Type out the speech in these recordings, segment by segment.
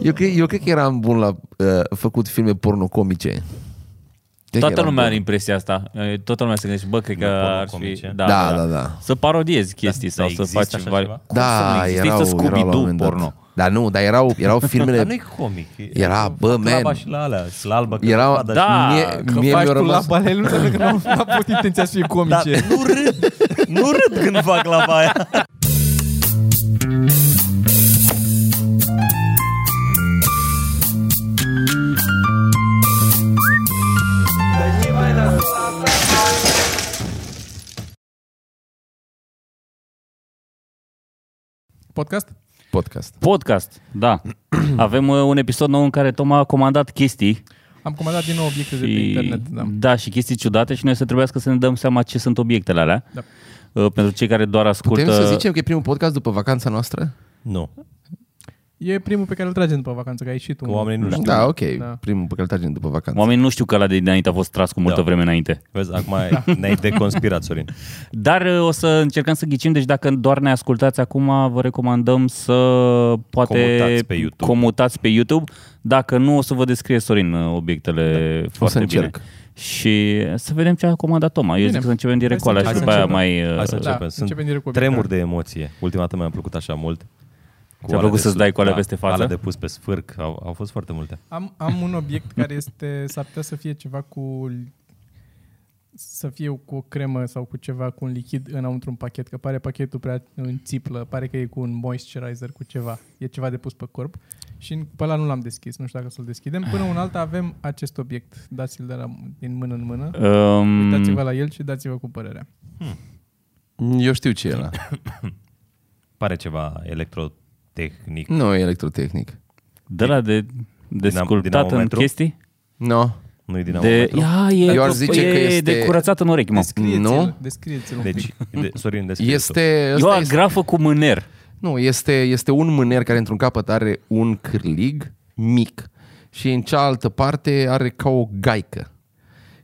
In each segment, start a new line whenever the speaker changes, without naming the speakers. Eu cred, eu cred că eram bun la uh, făcut filme pornocomice. Cred că
Toată
eram
lumea
bun.
are impresia asta. Eh, Toată lumea se gândește, bă, cred că
Filme
ar fi...
pornocomice.
Da, da, da.
Să parodiezi chestii
da,
Dar
sau să
există
faci
așa
ceva.
ceva?
Cum să nu
Da,
existe?
erau,
Există
erau la un moment
Scooby-Doo
dat.
porno.
Da, nu, dar erau, erau
Dar
filmele...
nu-i comic.
Era, bă, man.
Laba și la alea, și la albă. că
Erau-
coada și-
Da,
mie,
Că
mie
faci
mi-a
tu la
rămas...
balel, nu înseamnă că n-am n-am avut intenția să fie
Dar
comice.
nu râd, nu râd când fac laba aia.
Podcast?
Podcast.
Podcast, da. Avem uh, un episod nou în care Toma a comandat chestii
Am comandat din nou obiecte de pe
și,
internet. Da.
da, și chestii ciudate și noi să trebuiască să ne dăm seama ce sunt obiectele alea.
Da.
Uh, Pentru cei care doar ascultă...
Putem să zicem că e primul podcast după vacanța noastră?
Nu,
E primul pe care îl tragem după vacanță, că ai ieșit un...
că oamenii nu știu.
Da, ok.
Da.
Primul pe care îl tragem după vacanță.
Oamenii nu știu că la de dinainte a fost tras cu multă
Da.
vreme înainte.
Vezi, acum ne-ai deconspirat, Sorin.
Dar uh, o să încercăm să ghicim, deci dacă doar ne ascultați acum, vă recomandăm să poate
Comutați pe YouTube.
comutați pe YouTube. Dacă nu, o să vă descrie Sorin uh, obiectele da. foarte
să încerc.
bine. Și să vedem ce a comandat Toma. Eu
Bine.
zic să începem direct cu
Hai să
alea și după
începem.
aia
Hai să
mai...
Hai să
uh,
începem.
da,
Sunt
începem direct cu
tremur
obiectele.
de emoție. Ultima dată mi-a plăcut așa mult. Cu
Ți-a
alea
plăcut
de
să-ți
sus-
dai cu alea peste față?
Alea de pus pe sfârc. Au, au fost foarte multe.
Am, am un obiect care este, s-ar putea să fie ceva cu să fie cu o cremă sau cu ceva, cu un lichid înăuntru un pachet, că pare pachetul prea în țiplă, pare că e cu un moisturizer, cu ceva, e ceva de pus pe corp și în- pe ăla nu l-am deschis, nu știu dacă să-l deschidem. Până un alta avem acest obiect, dați-l de la, din mână în mână,
Um,
uitați-vă la el și dați-vă cu părerea.
Eu știu ce e ăla.
Pare ceva electrotehnic.
Nu, e electrotehnic.
de la de, de
Dinam-
sculptat în
dinamometru?
chestii?
No.
Nu-i
De,
dinamometru.
ia, e,
Eu aș
tot-
zice
e
că este-
de curat în urechi, mă.
Descrieți-l,
Nu?
descrieți-l un pic.
Deci, de, Sorin, descrie tu.
Este...
E o
ăsta este-
agrafă cu mâner.
Nu, este, este un mâner care într-un capăt are un cârlig mic și în cealaltă parte are ca o gaică.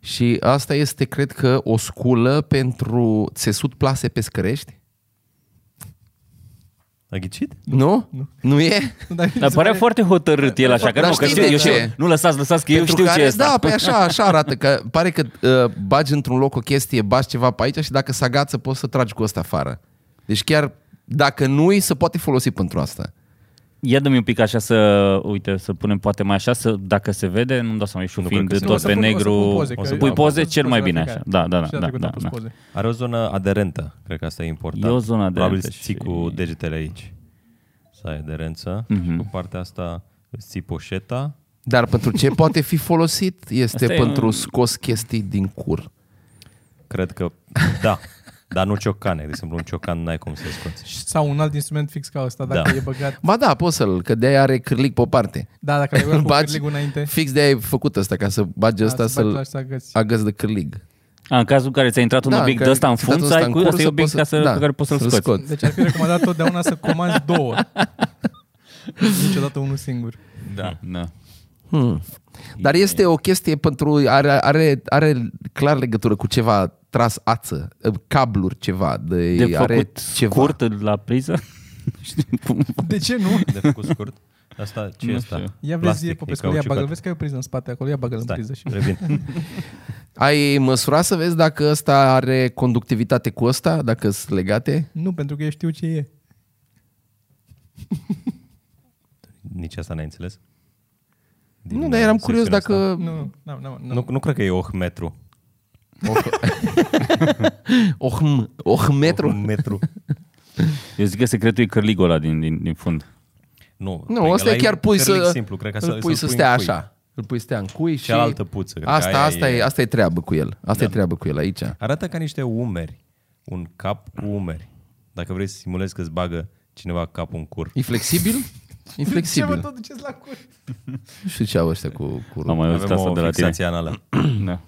Și asta este, cred că, o sculă pentru țesut plase pescărești.
A ghicit?
Nu? Nu, nu e?
Nu, dar mi
Dar
se
părea
pare-
foarte hotărât el așa, că
Dar
nu, că
știi
știu,
de
eu
ce?
știu, nu lăsați, lăsați că eu
Pentru
știu ce
care-
e asta.
Da, pe așa, așa arată, că pare că uh, bagi într-un loc o chestie, bagi ceva pe aici și dacă se agață poți să tragi cu ăsta afară. Deci chiar dacă nu-i, se poate folosi pentru asta.
Ia dă-mi un pic așa să, uite, să punem poate mai așa, să, dacă se vede, nu-mi dau seama, eu știu,
Nu
fiind
cred
de
că
tot
se
pe
vede. O să
negru,
pun- o să pun poze,
o
că
să
eu
pui
am
poze
pus
cel mai
la
bine
fiecare.
așa. Da, da,
Și
da, da,
data trecută
da,
am pus
da.
poze.
Are o zonă aderentă, cred că asta e important.
E o zonă
Probabil
aderentă
îți ții
și-
cu degetele aici. Să ai aderență.
Mhm.
Și cu partea asta îți ții poșeta.
Dar pentru ce poate fi folosit? Este
Asta e
pentru
un-
scos chestii din cur.
Cred că da. Dar nu ciocane, de exemplu, un ciocan n-ai cum să-l scoți.
Sau un alt instrument fix ca ăsta, dacă
Da.
e băgat
Ba da, poți să-l, că de-aia are cârlig pe o parte.
Da, dacă ai
Îl
luat cu
bagi-
cârligul înainte.
Fix de-aia ai făcut asta, ca să bagi
da,
ăsta
să bagi la
să-l
și să agăți.
agăți de cârlig.
A, în cazul în care ți-a intrat un
Da,
obiect
că
de ăsta în
ți-a dat
funță,
ăsta
ai
în
cu
cur,
ăsta e
să
obiect
poți
ca
să-
să,
da,
pe care poți să-l
să-l
scoți.
scoți.
Deci ar fi recomandat totdeauna să comanzi două. Niciodată unul singur.
Da. da.
Hmm. Dar este o chestie pentru... Are, are, are clar legătură cu ceva tras ață, cabluri ceva. De,
De
are
făcut
ceva.
scurt la priză? Nu știu cum.
De ce nu?
De făcut scurt. Asta, ce
Nu
e asta?
știu.
Ia vezi,
Plastic,
e
e
popescu, ia bagă,
cauciucat.
vezi că ai o priză în spate acolo, ia bagă în
Stai,
priză și
revin.
Ai măsurat să vezi dacă ăsta are conductivitate cu ăsta, dacă sunt legate?
nu, pentru că eu știu ce e.
Nici asta n-ai înțeles? Din,
Nu, dar eram
uh,
curios
secțiunea
dacă...
Nu, nu, nu, nu,
asta. Nu, nu cred că e ohmetru.
Ohm, ohmetru?
Ohmetru.
Eu zic că secretul e cărligul ăla din, din, din fund.
Nu,
Nu, ăsta
Păi, ăla
e chiar pui
cărlic
să...
simplu, cred că
îl
să,
pui să
să-l
stea
în cui.
așa. Îl pui să stea în cui și...
Cealaltă puță, cred că
Asta,
aia
asta,
e- Da.
e... asta e treabă cu el. Asta e treabă cu el aici.
Arată ca niște umeri. Un cap cu umeri. Dacă vrei să simulezi că îți bagă cineva capul în cur.
E flexibil? E
Ce
flexibil.
mă tot duceți la cur?
Nu știu ce au ăștia cu curul.
Am mai auzit
Avem
asta
o
de la tine.
fixație anală.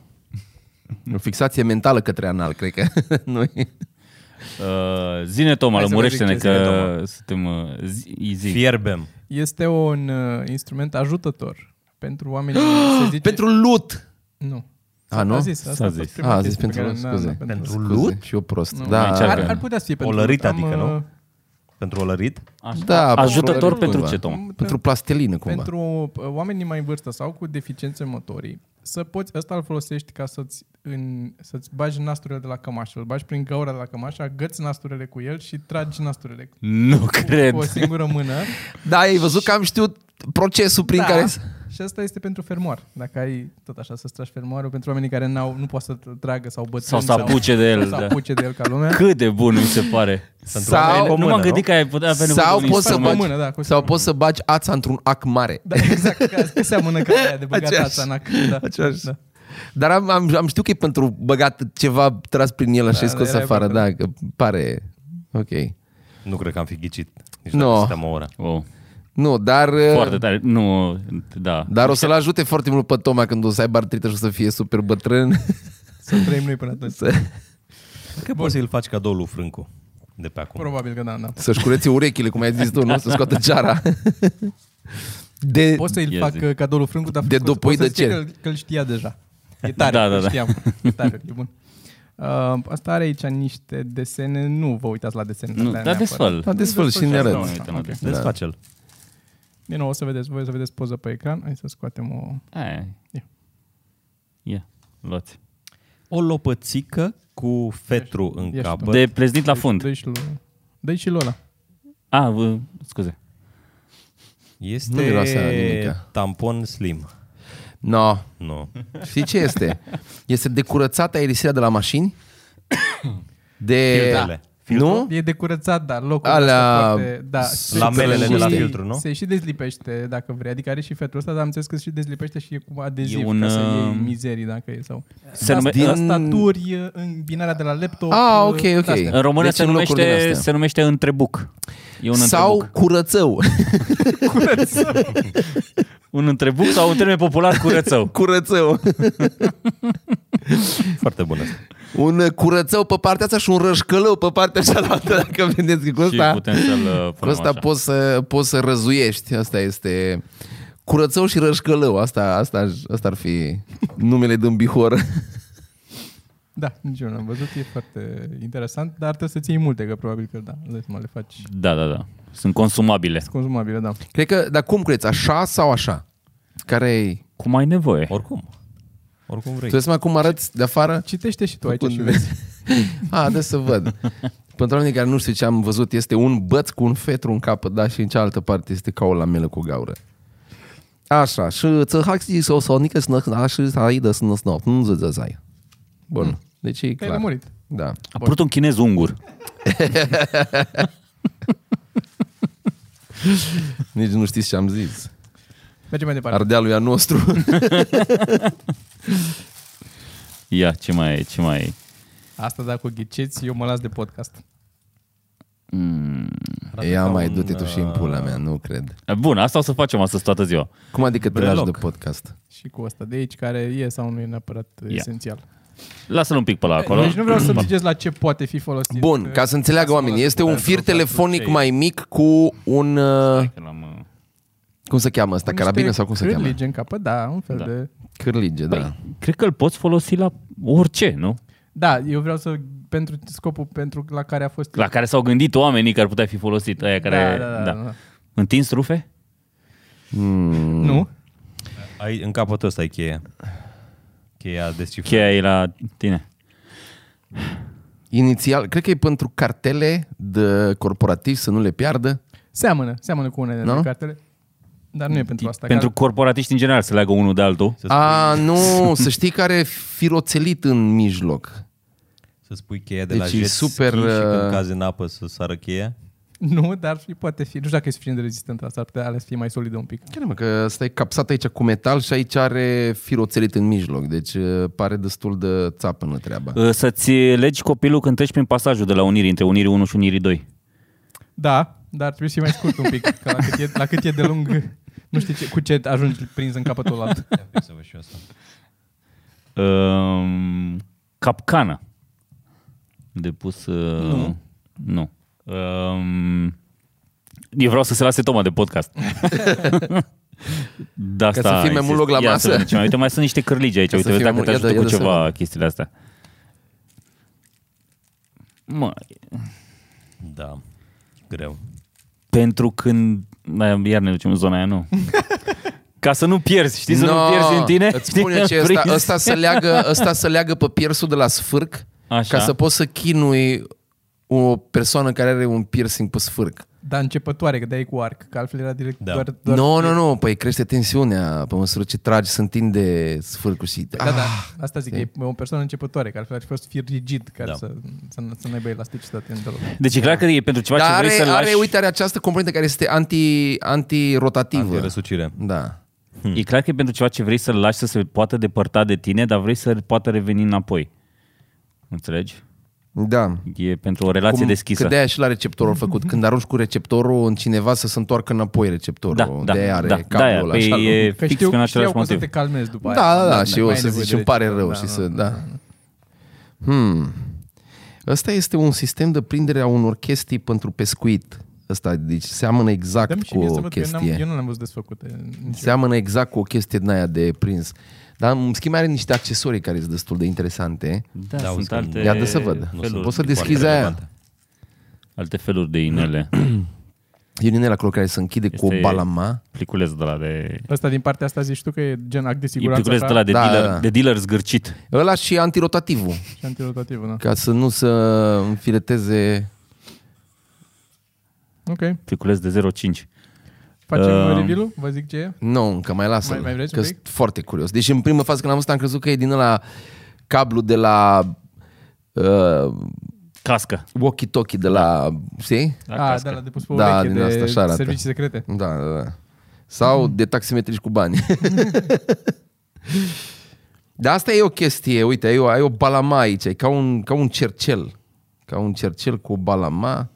Da.
O fixație mentală către anal, cred că. nu e.
Uh, zine Toma,
Hai să vă zic
lămurește-ne
ce zine
că suntem... uh, Zi, zi.
Fierbem.
Este un uh, instrument ajutător pentru oamenii, se zice...
Pentru lut!
Nu.
A, nu?
A zis, asta
S-a
a fost
zis.
prima
A, zis
chestie pe
pentru lut,
care- na, na,
scuze.
pentru-
Scuze, Și eu prost.
Nu,
Da,
mai
Ar,
încearcă.
ar putea să fie pentru
lărită,
lut. Am,
adică, nu?
uh,
Pentru olărit?
Așa.
Da,
Ajutător pentru
cumva.
ce, Toma?
Pentru plastelină, cumva. Pentru...
Pentru uh, oamenii mai în vârstă sau cu deficiențe motorii, să poți, ăsta îl folosești ca să-ți, în, să-ți bagi nasturile de la cămașă. Îl bagi prin gaura de la cămașă, agăți nasturile cu el și tragi nasturile cu,
Nu cred.
cu o singură mână.
Da, ai văzut că am știut procesul prin
da.
da. care...
Și asta este pentru fermoar. Dacă ai tot așa să-ți tragi fermoarul, pentru oamenii care n-au, nu pot să tragă sau bătrâni
Sau să apuce de el,
Să
da.
apuce de el ca lumea.
Cât de bun mi se pare.
Sau,
nu
mână,
m-am gândit că
nu?
ai putea avea nevoie
sau
de un
poți să
instrument.
bagi,
instrument.
Mână, da,
sau
cu siguranță.
poți să bagi ața într-un ac mare.
Da, exact, că, că seamănă ca aia de băgat
Aceeași.
ața în ac. Da.
Aceeași.
Da.
Dar am, am, am știut că e pentru băgat ceva tras prin el așa
Da,
da, scos
da, era
afară,
important.
da, că pare... Ok.
Nu cred că am fi ghicit. Nici
No.
no. dacă o oră.
Oh,
Nu, dar... eh,
foarte tare. Nu, da.
Dar o să-l ajute foarte mult pe Toma când o să aibă artrită și o să fie super bătrân.
Să trăim noi până atunci.
Să,
Cred că poți să-l faci cadou lui Frâncu. De pe acum.
Probabil că da, da.
să-și curețe urechile, cum ai zis tu, nu? Să scoată ceara. De,
Pot să-i
Ia
fac
zi.
uh, cadoul lui Frâncu, dar
De
Frâncu
dopoi
pot
de
să zice
cer.
Că, că îl știa deja. E tare,
Da, da,
îl
da.
știam. E tare, e bun. Uh, asta are aici niște desene, nu vă uitați la desene.
Nu, dar desfăl.
La desfăl și ne
Nu
arăt.
ne uităm la desfăl.
Desface-l.
Din nou o să vedeți, voi o să vedeți poză pe ecran. Hai să scoatem o...
Aia e.
Ia.
Ia, luați.
O lopățică cu fetru în
ești
capăt.
De pleznit la fund.
Dă-i și lui, dă și lui ăla.
A, vă- scuze.
Nu miroase a
Este
nimica.
tampon slim.
No.
Nu.
Știi ce este? Este decurățată aerisirea de la mașini. De...
Filtrele.
Nu?
E decurățat, dar locul
Alea-
ăsta foarte... Da, se-
Lamelele
se
de la
și-
filtru, nu?
Se și dezlipește, dacă vrei. Adică are și fetul ăsta, dar am înțeles că se și dezlipește și e cu adeziv,
E un,
ca să
uh,
iei mizerii, dacă e sau...
Se nume-
din-
Tastaturi, îmbinarea de la laptop...
Ah, ok,
uh,
ok.
astea.
În română
Deci
se,
în locuri din
numește,
astea.
se numește întrebuc. E un
Sau
întrebuc.
curățău.
Un întrebuc sau un termen popular curățău.
curățău.
Foarte bună.
Un uh, curățău pe partea asta și un rășcălău pe partea cealaltă, dacă vedeți că cu
Și
ăsta,
putem să-l uh,
cu
punem
ăsta
așa.
poți, să, poți să răzuiești. Asta este curățău și rășcălău. Asta, asta, aș- asta ar fi numele din Bihor.
Da, nici eu n-am văzut, e foarte interesant, dar trebuie să ții multe, că probabil că da, le, mă, le faci
Da, da, da. Sunt consumabile.
consumabile, da.
Cred că, dar cum credeți? Așa sau așa? Care e?
Cum ai nevoie.
Oricum. Oricum vrei.
Tu vezi mai cum arăți de afară?
Citește și tu aici
Făcut
și
de-
vezi.
A, de Ah, să văd. Pentru oamenii care nu știu ce am văzut, este un băț cu un fetru în capăt, da, și în cealaltă parte este ca o lamelă cu gaură. Așa, și ță haxi sau sau nică să nă, și să aidă să nă snă, nu ză ză zai. Bun,
Mm.
deci e
Păi
Te-ai
clar.
lămurit.
Da.
A apărut un chinez ungur.
Nici nu știți ce am zis.
Mergem mai departe.
Ardealul e a nostru.
Ia, ce mai e, ce mai e.
Asta dacă o ghiceți, eu mă las de podcast.
Mm.
Ia
ca
mai
un, uh,
du-te tu și în pula mea, nu cred.
Bun, asta o să facem astăzi toată ziua.
Cum adică te lași
Breloc.
de podcast?
Și cu asta de aici, care e sau nu e neapărat
Ia.
yeah. esențial.
Lasă-l un pic pe la acolo.
Deci nu vreau să ziceți la ce poate fi folosit.
Bun, ca să înțeleagă oamenii, este un fir telefonic mai mic cu un... uh,
Că l-am, uh,
Cum se cheamă ăsta?
Niște
Carabină sau cum se cheamă?
cârlige în capăt, da, un fel
Da.
da. de...
Cârlige, da.
Cred că îl poți folosi la orice, nu?
Da, eu vreau să... Pentru scopul pentru la care a fost...
La care s-au gândit oamenii care ar putea fi folosit. Aia care,
da, da, da, da.
Întins rufe?
Mm.
Nu?
Ai, în capătul ăsta e cheia. Cheia descifrată.
Cheia e la tine.
Inițial, cred că e pentru cartele de corporativ să nu le piardă.
Seamănă, seamănă cu unele
Nu?
dintre cartele. Dar nu e pentru asta.
Pentru corporatiști în general se leagă unul de altul.
Să spui,
A, nu, să știi că are firoțelit în mijloc.
să spui cheia de
Deci
la
e
jet
super,
super, ski și
uh,
când cazi în apă să sară cheia.
Nu, dar și poate fi. Nu știu dacă e suficient de rezistentă asta, ar putea ales să fie mai solidă un pic.
Chiar mă, că ăsta e capsat aici cu metal și aici are firoțelit în mijloc, deci uh, pare destul de țapănă treaba.
Da.
Uh, Să-ți legi copilul când treci prin pasajul de la Unirii, între Unirii 1 și Unirii 2.
Da, dar trebuie să fie mai scurt un pic, că la cât e, la cât e de lung, nu știi ce, cu ce ajungi prins în capătul ăla.
Ia fix să văd și eu asta.
Um, capcană. Depus... Uh, nu. Nu. Um, eu vreau să se lase Toma de podcast. da,
să fie mai mult loc la masă.
Uite, mai sunt niște cârlige aici.
Ca să
Uite, vezi
fie
dacă
mai
te
mult-
ajută
ia
cu
dă- ia dă să
ceva chestiile astea. Mă,
Da. greu.
Pentru când... Da, Iar ne ducem în zona aia, nu. Ca să nu pierzi, știi? Să
No,
nu pierzi în tine.
Îți spune ce, ăsta, ăsta, să leagă, ăsta să leagă pe piersul de la sfârc
Așa.
ca să poți să chinui o persoană care are un piercing pe sfârc.
Dar începătoare, că dai cu arc, că altfel era direct
Da.
doar...
Nu,
doar
nu, nu, păi crește tensiunea pe măsură ce tragi, se întinde sfârcul și...
Da, da, asta zic, e o persoană începătoare, că altfel ar fi fost fir rigid, care
Da.
să, să, să nu aibă elasticitate în deloc.
Deci e clar că e pentru ceva
Dar
ce
are,
vrei să lași.
are, uite, are această componentă care este anti, antirotativă.
Răsucire.
da.
E clar că e pentru ceva ce vrei să-l lași să se poată depărta de tine, dar vrei să poată reveni înapoi. Înțelegi?
Da.
E pentru o relație deschisă. Mm-hmm.
Că de-aia și la receptorul făcut. Când arunci cu receptorul în cineva să se întoarcă înapoi
da,
receptorul.
da,
de-aia are
da,
capul
de-aia.
ăla,
Păi
așa,
e
nu?
Că
fix
știu,
pe
știau
același
cum să
motiv.
te calmezi după aia.
Da, da, da, și
mai
eu
ai
să
nevoie
zici,
de
îmi pare
receptor,
rău și să...
nu.
Da. Hmm. Ăsta este un sistem de prindere a unor chestii pentru pescuit. Ăsta, deci seamănă
Dăm
exact
și
cu
mie
o
să văd, că eu, n-am, eu
chestie.
nu l-am văzut desfăcute. nici eu.
Seamănă exact cu o chestie din aia de prins. Dar, în schimb, are niște accesorii care sunt destul de interesante.
Da,
Da,
sunt
auzi,
alte
Ia dă să văd.
feluri,
Nu Poți să
foarte
deschizi aia.
relevante.
alte feluri de inele.
E din el acolo care se închide cu
Este-
o balama.
Pliculeț de la de...
Asta din partea asta zici tu că e gen act de
E
siguranță
pliculeț de la de,
Da,
dealer,
da, da.
de dealer zgârcit.
Ăla și antirotativul.
și antirotativul, da.
Ca să nu să înfileteze...
Ok,
Pliculeț de 0,5.
facem
Um,
um, review Vă zic ce e?
Nu, încă mai lasă
Mai- mai vreți
Că
un
sunt
pic?
foarte curios. Deci în prima fază când am văzut am crezut că e din ăla cablu de la uh,
Cască.
walkie-talkie de la... Știi?
Da,
ah,
cască.
da, la depus pe
Da,
ureche
din
de
asta așa arată.
servicii secrete.
Da, da, da. Sau de taximetriști cu bani. Dar asta e o chestie, uite, ai o, ai o balama aici, e ca un, ca un cercel. Ca un cercel cu o balama.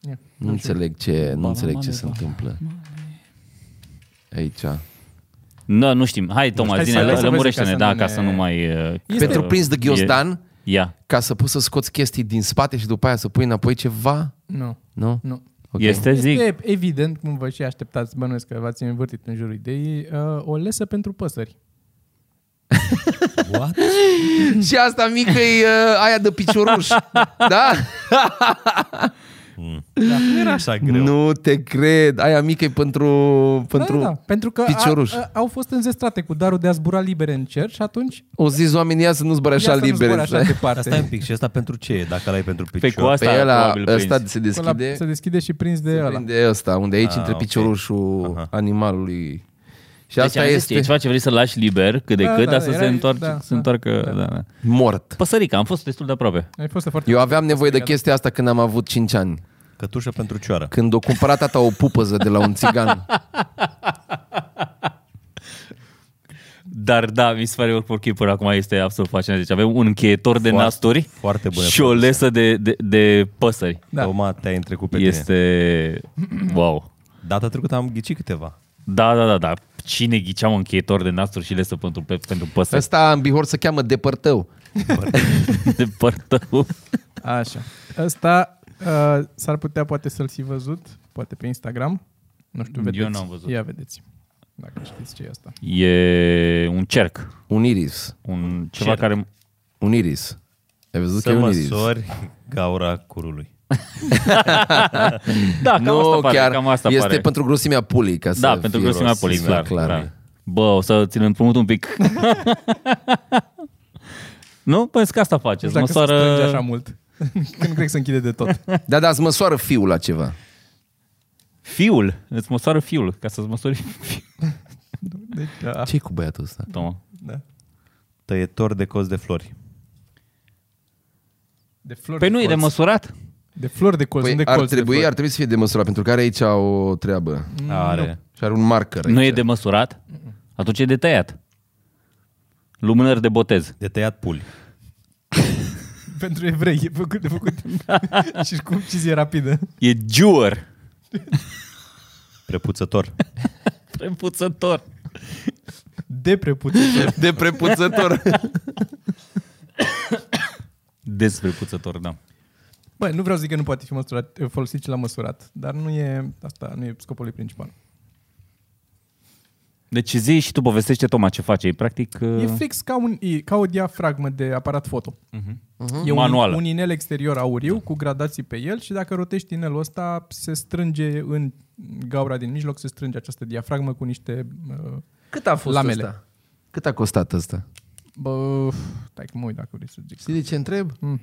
Ia.
Nu înțeleg ce, nu înțeleg ce se întâmplă. Aici.
Nu, nu știm. Hai, Toma,
Hai
zine,
să- hai să
lămurește-ne,
vezi
da,
ca să
ca
ne-
să nu mai... uh, că-
Pentru prins de ghiozdan,
e- Ia.
ca să poți să scoți chestii din spate și după aia să pui înapoi ceva?
Nu,
Nu?
nu.
Ok.
Este, zic,
Mm. Este evident, cum vă și așteptați, bănuiesc că v-ați învârtit în jurul ideii, uh, o lesă pentru păsări.
What?
Și asta mică e uh, aia de picioruș. da?
Era așa greu.
Nu te cred. Aia mică e pentru... pentru...
da, da, da. pentru că
picioruș.
A, a, au fost înzestrate cu darul de a zbura liber în cer și atunci
O zis oamenii ia să nu zbare așa
ia să nu
liber. exact.
zboare așa departe.
Asta e un pic. Și asta pentru ce e? Dacă ăla e pentru
pe
picior?
cu asta
Pe Păi ăla,
probabil
ăsta
prinzi.
se
Ăla
deschide,
Se deschide și prins de
se
ăla.
prinde ăsta, unde aici
Ah,
intră
ok.
piciorușul
Aha.
animalului. Și
Deci,
asta
am zis,
este
E ceva ce vrei să lași liber, cât de
Da,
cât,
da,
dar să
era-
se întoarcă.
da,
se
da,
întoarcă da, da.
mort.
Păsărica, am fost destul de aproape.
Ai fost foarte...
Eu aveam nevoie de chestia asta când am avut 5 ani.
Cătușă pentru cioară.
Când o cumpăra tata o pupăză de la un țigan.
Dar da, mi se pare work for keeper acum este absolut fascinant. Deci avem un încheietor de
Foarte-
nasturi
foarte bună
și o
produse.
lesă de, de, de păsări.
Da.
Da. Toma, te-ai întrecut pe este... tine.
Este... Wow.
Data trecută am ghicit câteva.
Da, da, da, da. Cine ghicea un încheietor de nasturi și lesă pentru, pe, pentru păsări?
Ăsta în Bihor se cheamă Depărtău.
de părtău.
Așa. Ăsta uh, s-ar putea poate să-l fi văzut, poate pe Instagram. Nu știu,
Eu
vedeți.
n-am văzut.
Ia vedeți. Dacă știți ce e asta.
E un cerc.
Un iris.
Un ceva
Cerc.
care...
Un iris. Ai văzut că
Să
e un iris.
măsori gaura curului.
Da, cam
nu,
asta pare.
chiar
cam asta
este
pare.
pentru grosimea pulii. Ca să
Da, pentru
fie
grosimea poli,
grosimea
clar, clar. clar. Bă, o să ți-l împrumut un pic. nu? Păi că asta
Nu
faceți.
știu dacă Exact, se
Măsoară...
strânge așa mult. Că nu cred că se închide de tot.
Da, da, îți măsoară fiul la ceva.
Fiul. Îți măsoară fiul. Ca să-ți măsori fiul.
Deci, da.
ce cu băiatul ăsta?
Toma.
da.
Tăietor de coz de flori.
De flori
Păi nu e de
colț.
măsurat?
De flori de colț.
Păi
de
ar,
colț
trebui,
de
ar trebui să fie de măsurat, pentru că are aici o treabă.
Are.
Și are un marker aici.
Nu e de măsurat? Atunci e de tăiat. Lumânări de botez.
De tăiat puli.
flori. Pentru evrei e făcut de făcut. și cu cizie rapidă.
E giur.
Prepuțător.
Prepuțător.
De prepuțător.
de prepuțător.
Desprepuțător, da.
Bă, nu vreau să zic că nu poate fi măsurat, folosit și la măsurat, dar nu e asta, nu e scopul lui principal.
Deci zi și tu povestește, Toma, ce face. E practic...
E fix ca, un, e ca o diafragmă de aparat foto. Uh-huh. E
Manuală.
Un, un inel exterior auriu cu gradații pe el și dacă rotești inelul ăsta, se strânge în gaura din mijloc, se strânge această diafragmă cu niște... uh,
Cât a fost
Lamele.
ăsta?
Cât a costat asta?
Bă, stai că mă uit dacă vrei să zic.
Știi de ce întreb? Mm.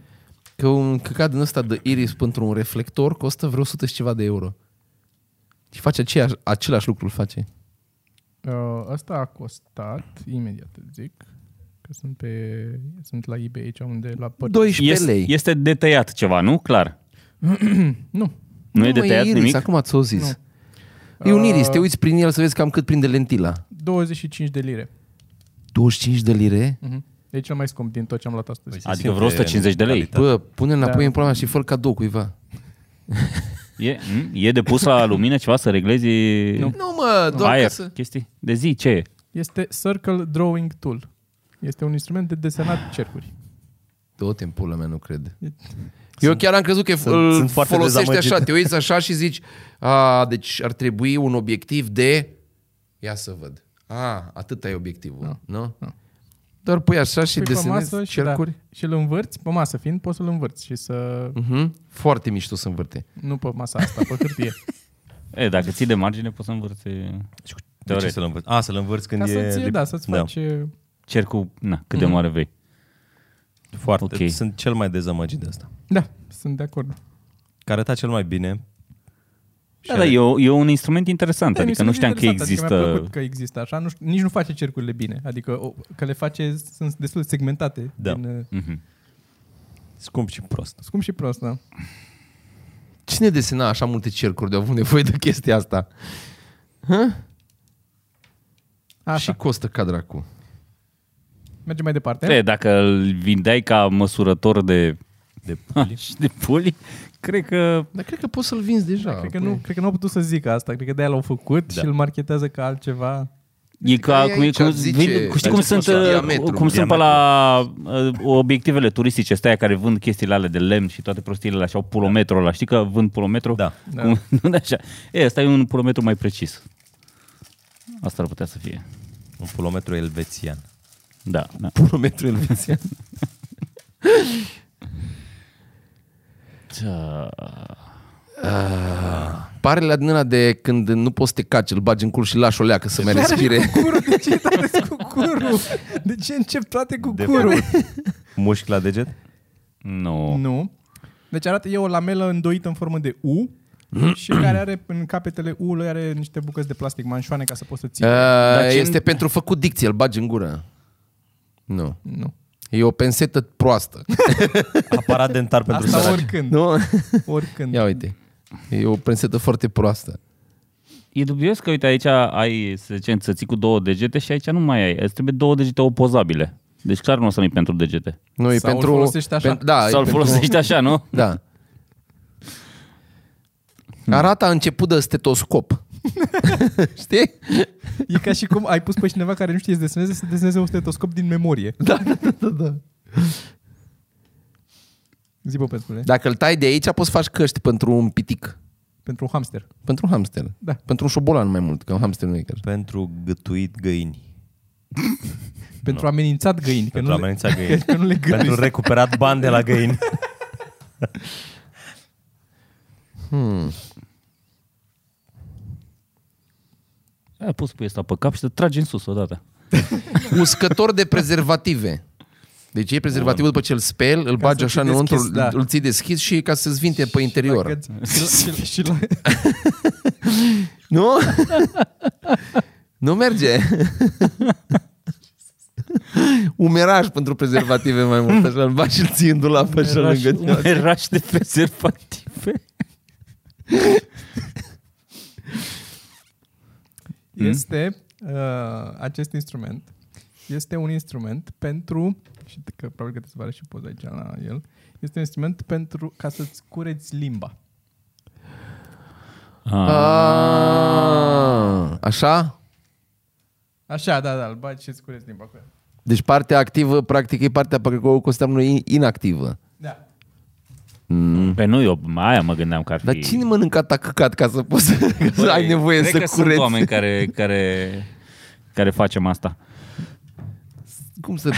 Că un căcat din ăsta de iris pentru un reflector costă vreo 100 și ceva de euro. Și face aceeași, același lucru, îl face.
Uh, asta a costat, imediat îți zic, că sunt, pe, sunt la eBay aici unde la păr-
12
este,
lei.
este detăiat ceva, nu? Clar.
Nu,
Nu, nu e
mă,
detăiat
iris,
nimic?
Acum ți-o zis. Nu. E un iris, te uiți prin el să vezi cam cât prinde lentila.
25 de lire.
25 de lire?
Uh-huh. E cel mai scump din tot ce am luat astăzi.
Păi, se
Adică
simte
vreo 150 de lei.
Bă, pune înapoi
Da.
în problema și fă cadou cuiva.
E, m? e depus la lumină ceva să reglezi
Nu, nu mă, doar
aer,
ca să...
chestii? De zi, ce e?
Este Circle Drawing Tool. Este un instrument de desenat cercuri.
Tot în pula mea, nu cred. Eu chiar am crezut că
sunt-
îl
sunt foarte
folosești
dezamăgit.
așa, te uiți așa și zici, a, deci ar trebui un obiectiv de, ia să văd, a, atâta e obiectivul, nu? nu? Doar pui așa și
Da. Pui pe
desenezi
și, da,
cercuri.
și îl învârți, pe masă fiind, poți să-l învârți și să...
Mhm. Foarte mișto să învârte.
Nu pe masa asta, pe hârtie.
E, dacă ții de margine poți să învârți
De ce
Teoretic.
să-l învârți? A, să-l învârți când
Ca
e...
să ție,
lip-
da, să-ți faci... Da.
cercul, na, cât de mare vei.
Foarte.
Ok.
Sunt cel mai dezamăgit de asta.
da, sunt de acord.
Care arăta cel mai bine.
Da, da, e, o- e un instrument interesant,
Da, mi
adică
se
nu
pare
știam că
interesant, Adică mi-a
există...
plăcut că există așa, nu știu, nici nu face cercurile bine. Adică o, că le face, sunt destul de segmentate.
Da.
Din, uh,
Mhm.
Scump și prost.
scump și prost, da.
Cine desena așa multe cercuri de avut nevoie de chestia asta?
Așa,
Și costă ca dracu.
mergem mai departe.
E, dacă îl vindeai ca măsurător de... De puli? de puli? Cred că...
Dar cred că poți să-l vinzi deja.
Da, cred, că
Păi,
nu, cred că nu au putut să zică asta, cred că de-aia l-au făcut da. și îl marketează ca altceva.
E ca,
e
cum, e,
aici,
cum,
zice-
vin, cum știi cum
zice
sunt,
așa,
uh,
diametru,
cum sunt pe
diametru.
la uh, obiectivele turistice astea care vând chestiile alea de lemn și toate prostiile alea și au pulometrul ăla. Știi că vând pulometru?
Da.
Cum, nu așa. E, asta e un pulometru mai precis. Asta ar putea să fie.
Un pulometru elvețian.
Da, da.
Pulometru elvețian?
Da.
Pare la din ăla de când nu poți să te caci, îl bagi în cul și lași o leacă să mai respire.
Curul, de ce toate cu curul? De ce încep toate cu
De
curul?
Mușchi la deget?
Nu.
Nu. Deci arată, e o lamelă îndoită în formă de U și care are în capetele U-ului are niște bucăți de plastic manșoane ca să poți să ții.
Da,
Uh,
ce-
este pentru făcut dicție, îl bagi în gură. Nu.
Nu.
E o pensetă proastă.
Aparat dentar pentru
Asta
săraci.
oricând.
nu?
Oricând.
Ia uite. E o pensetă foarte proastă.
E dubios că, uite, aici ai, să zicem, să ții cu două degete și aici nu mai ai. Îți trebuie două degete opozabile. Deci clar nu o să nu pentru degete.
Nu, e
Sau îl
pentru...
folosești așa.
Pentru, da, e
Sau îl
pentru-
folosești așa, nu?
Da. Arata a început de stetoscop. Știi?
E ca și cum ai pus pe cineva care nu știe să deseneze să deseneze un stetoscop din memorie.
Da, da, da, da.
Zi, bă, spune.
Dacă îl tai de aici, poți să faci căști pentru un pitic.
Pentru un hamster.
Pentru un hamster.
Da.
Pentru un șobolan mai mult, că un hamster nu e chiar.
Pentru gătuit găini.
Pentru amenințat găini.
Pentru
că nu le,
amenințat găini.
că nu le
Pentru
gândești.
recuperat bani de la găini.
Ai pus pe ăsta pe cap și te tragi în sus odată.
Uscător de prezervative. Deci iei prezervativul după ce îl speli, îl
Ca
bagi
să
așa
ții
înăuntru,
deschis,
da.
da.
îl ții deschis și ca să-ți vinte pe interior.
Dacă- Și la, și la, și la,
Nu? nu merge. Umeraj pentru prezervative mai mult, așa îl bagi și îl ții în dulap așa
Eraș,
lângă tine.
un eraș de prezervative.
Hmm?
Este uh, acest instrument. Este un instrument pentru, și că probabil că trebuie să vă arăt și poza aici la el, este un instrument pentru ca să-ți cureți limba.
Ah,
Ah, Așa?
Așa, da, da, îl bagi și îți cureți limba cu el.
Deci partea activă, practic, e partea pe care o considerăm noi inactivă.
Da.
Pe nu, eu aia mă gândeam că ar fi...
mm. Dar cine mănâncă atacăcat ca să poți să, ca să
Băi,
ai nevoie
cred
să
că sunt
cureți?
oameni care, care care facem asta.
Cum să...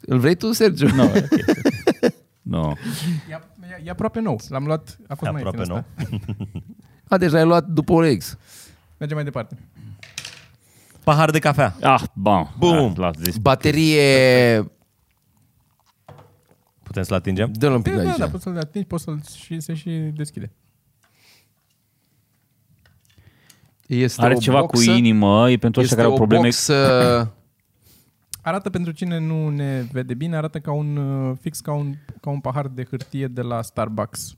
Îl vrei tu, Sergiu?
Nu, no, okay. no.
E, ap- e, e aproape nou. L-am luat, a fost mai
aproape
ieftin
nou.
asta.
A, deci l-ai luat după Olex.
Mergem mai departe.
Pahar de cafea.
Ah, bun.
Bum.
Da, las, zis.
Baterie...
Putem să-l atingem?
Dă-l un pic
Da, da,
aici.
da, poți să-l atingi, poți să-l și, se și deschide.
Este
Are
o
ceva
boxă,
cu inimă, e pentru
este
ăștia care au
o
probleme.
Boxă,
Arată pentru cine nu ne vede bine, arată ca un uh, fix ca un, ca un pahar de hârtie de la Starbucks.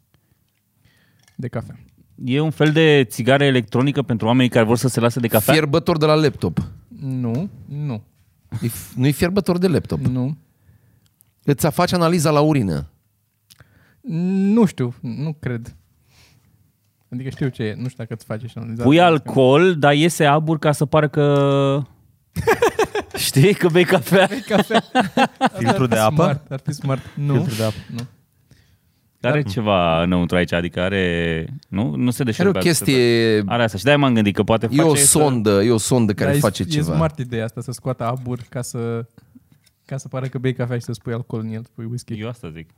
De cafea.
E un fel de țigară electronică pentru oamenii care vor să se lase de cafea.
fierbător de la laptop.
Nu, nu,
E f- Nu-i fierbător de laptop.
nu.
Îți faci analiza la urină.
Nu știu, nu cred. Adică știu ce e, nu știu dacă îți face și analiza.
Da, Pui alcool, dar iese abur ca să pară că... Știi că bei cafea?
Cafea.
Filtru de apă?
Smart, Adică ar fi smart. Nu.
Filtru de apă.
Nu.
Are ceva înăuntru aici, adică are... Nu, nu se
Da. Are o
deșerbează.
chestie...
Are asta și de-aia m-am gândit că poate
E
face...
o
să-
sondă, e o sondă care
Dar
face
Da, e,
ceva.
E smart ideea asta, să scoată abur ca să, ca să pară că bei cafea și să spui alcool în el, să pui whisky.
Eu asta zic.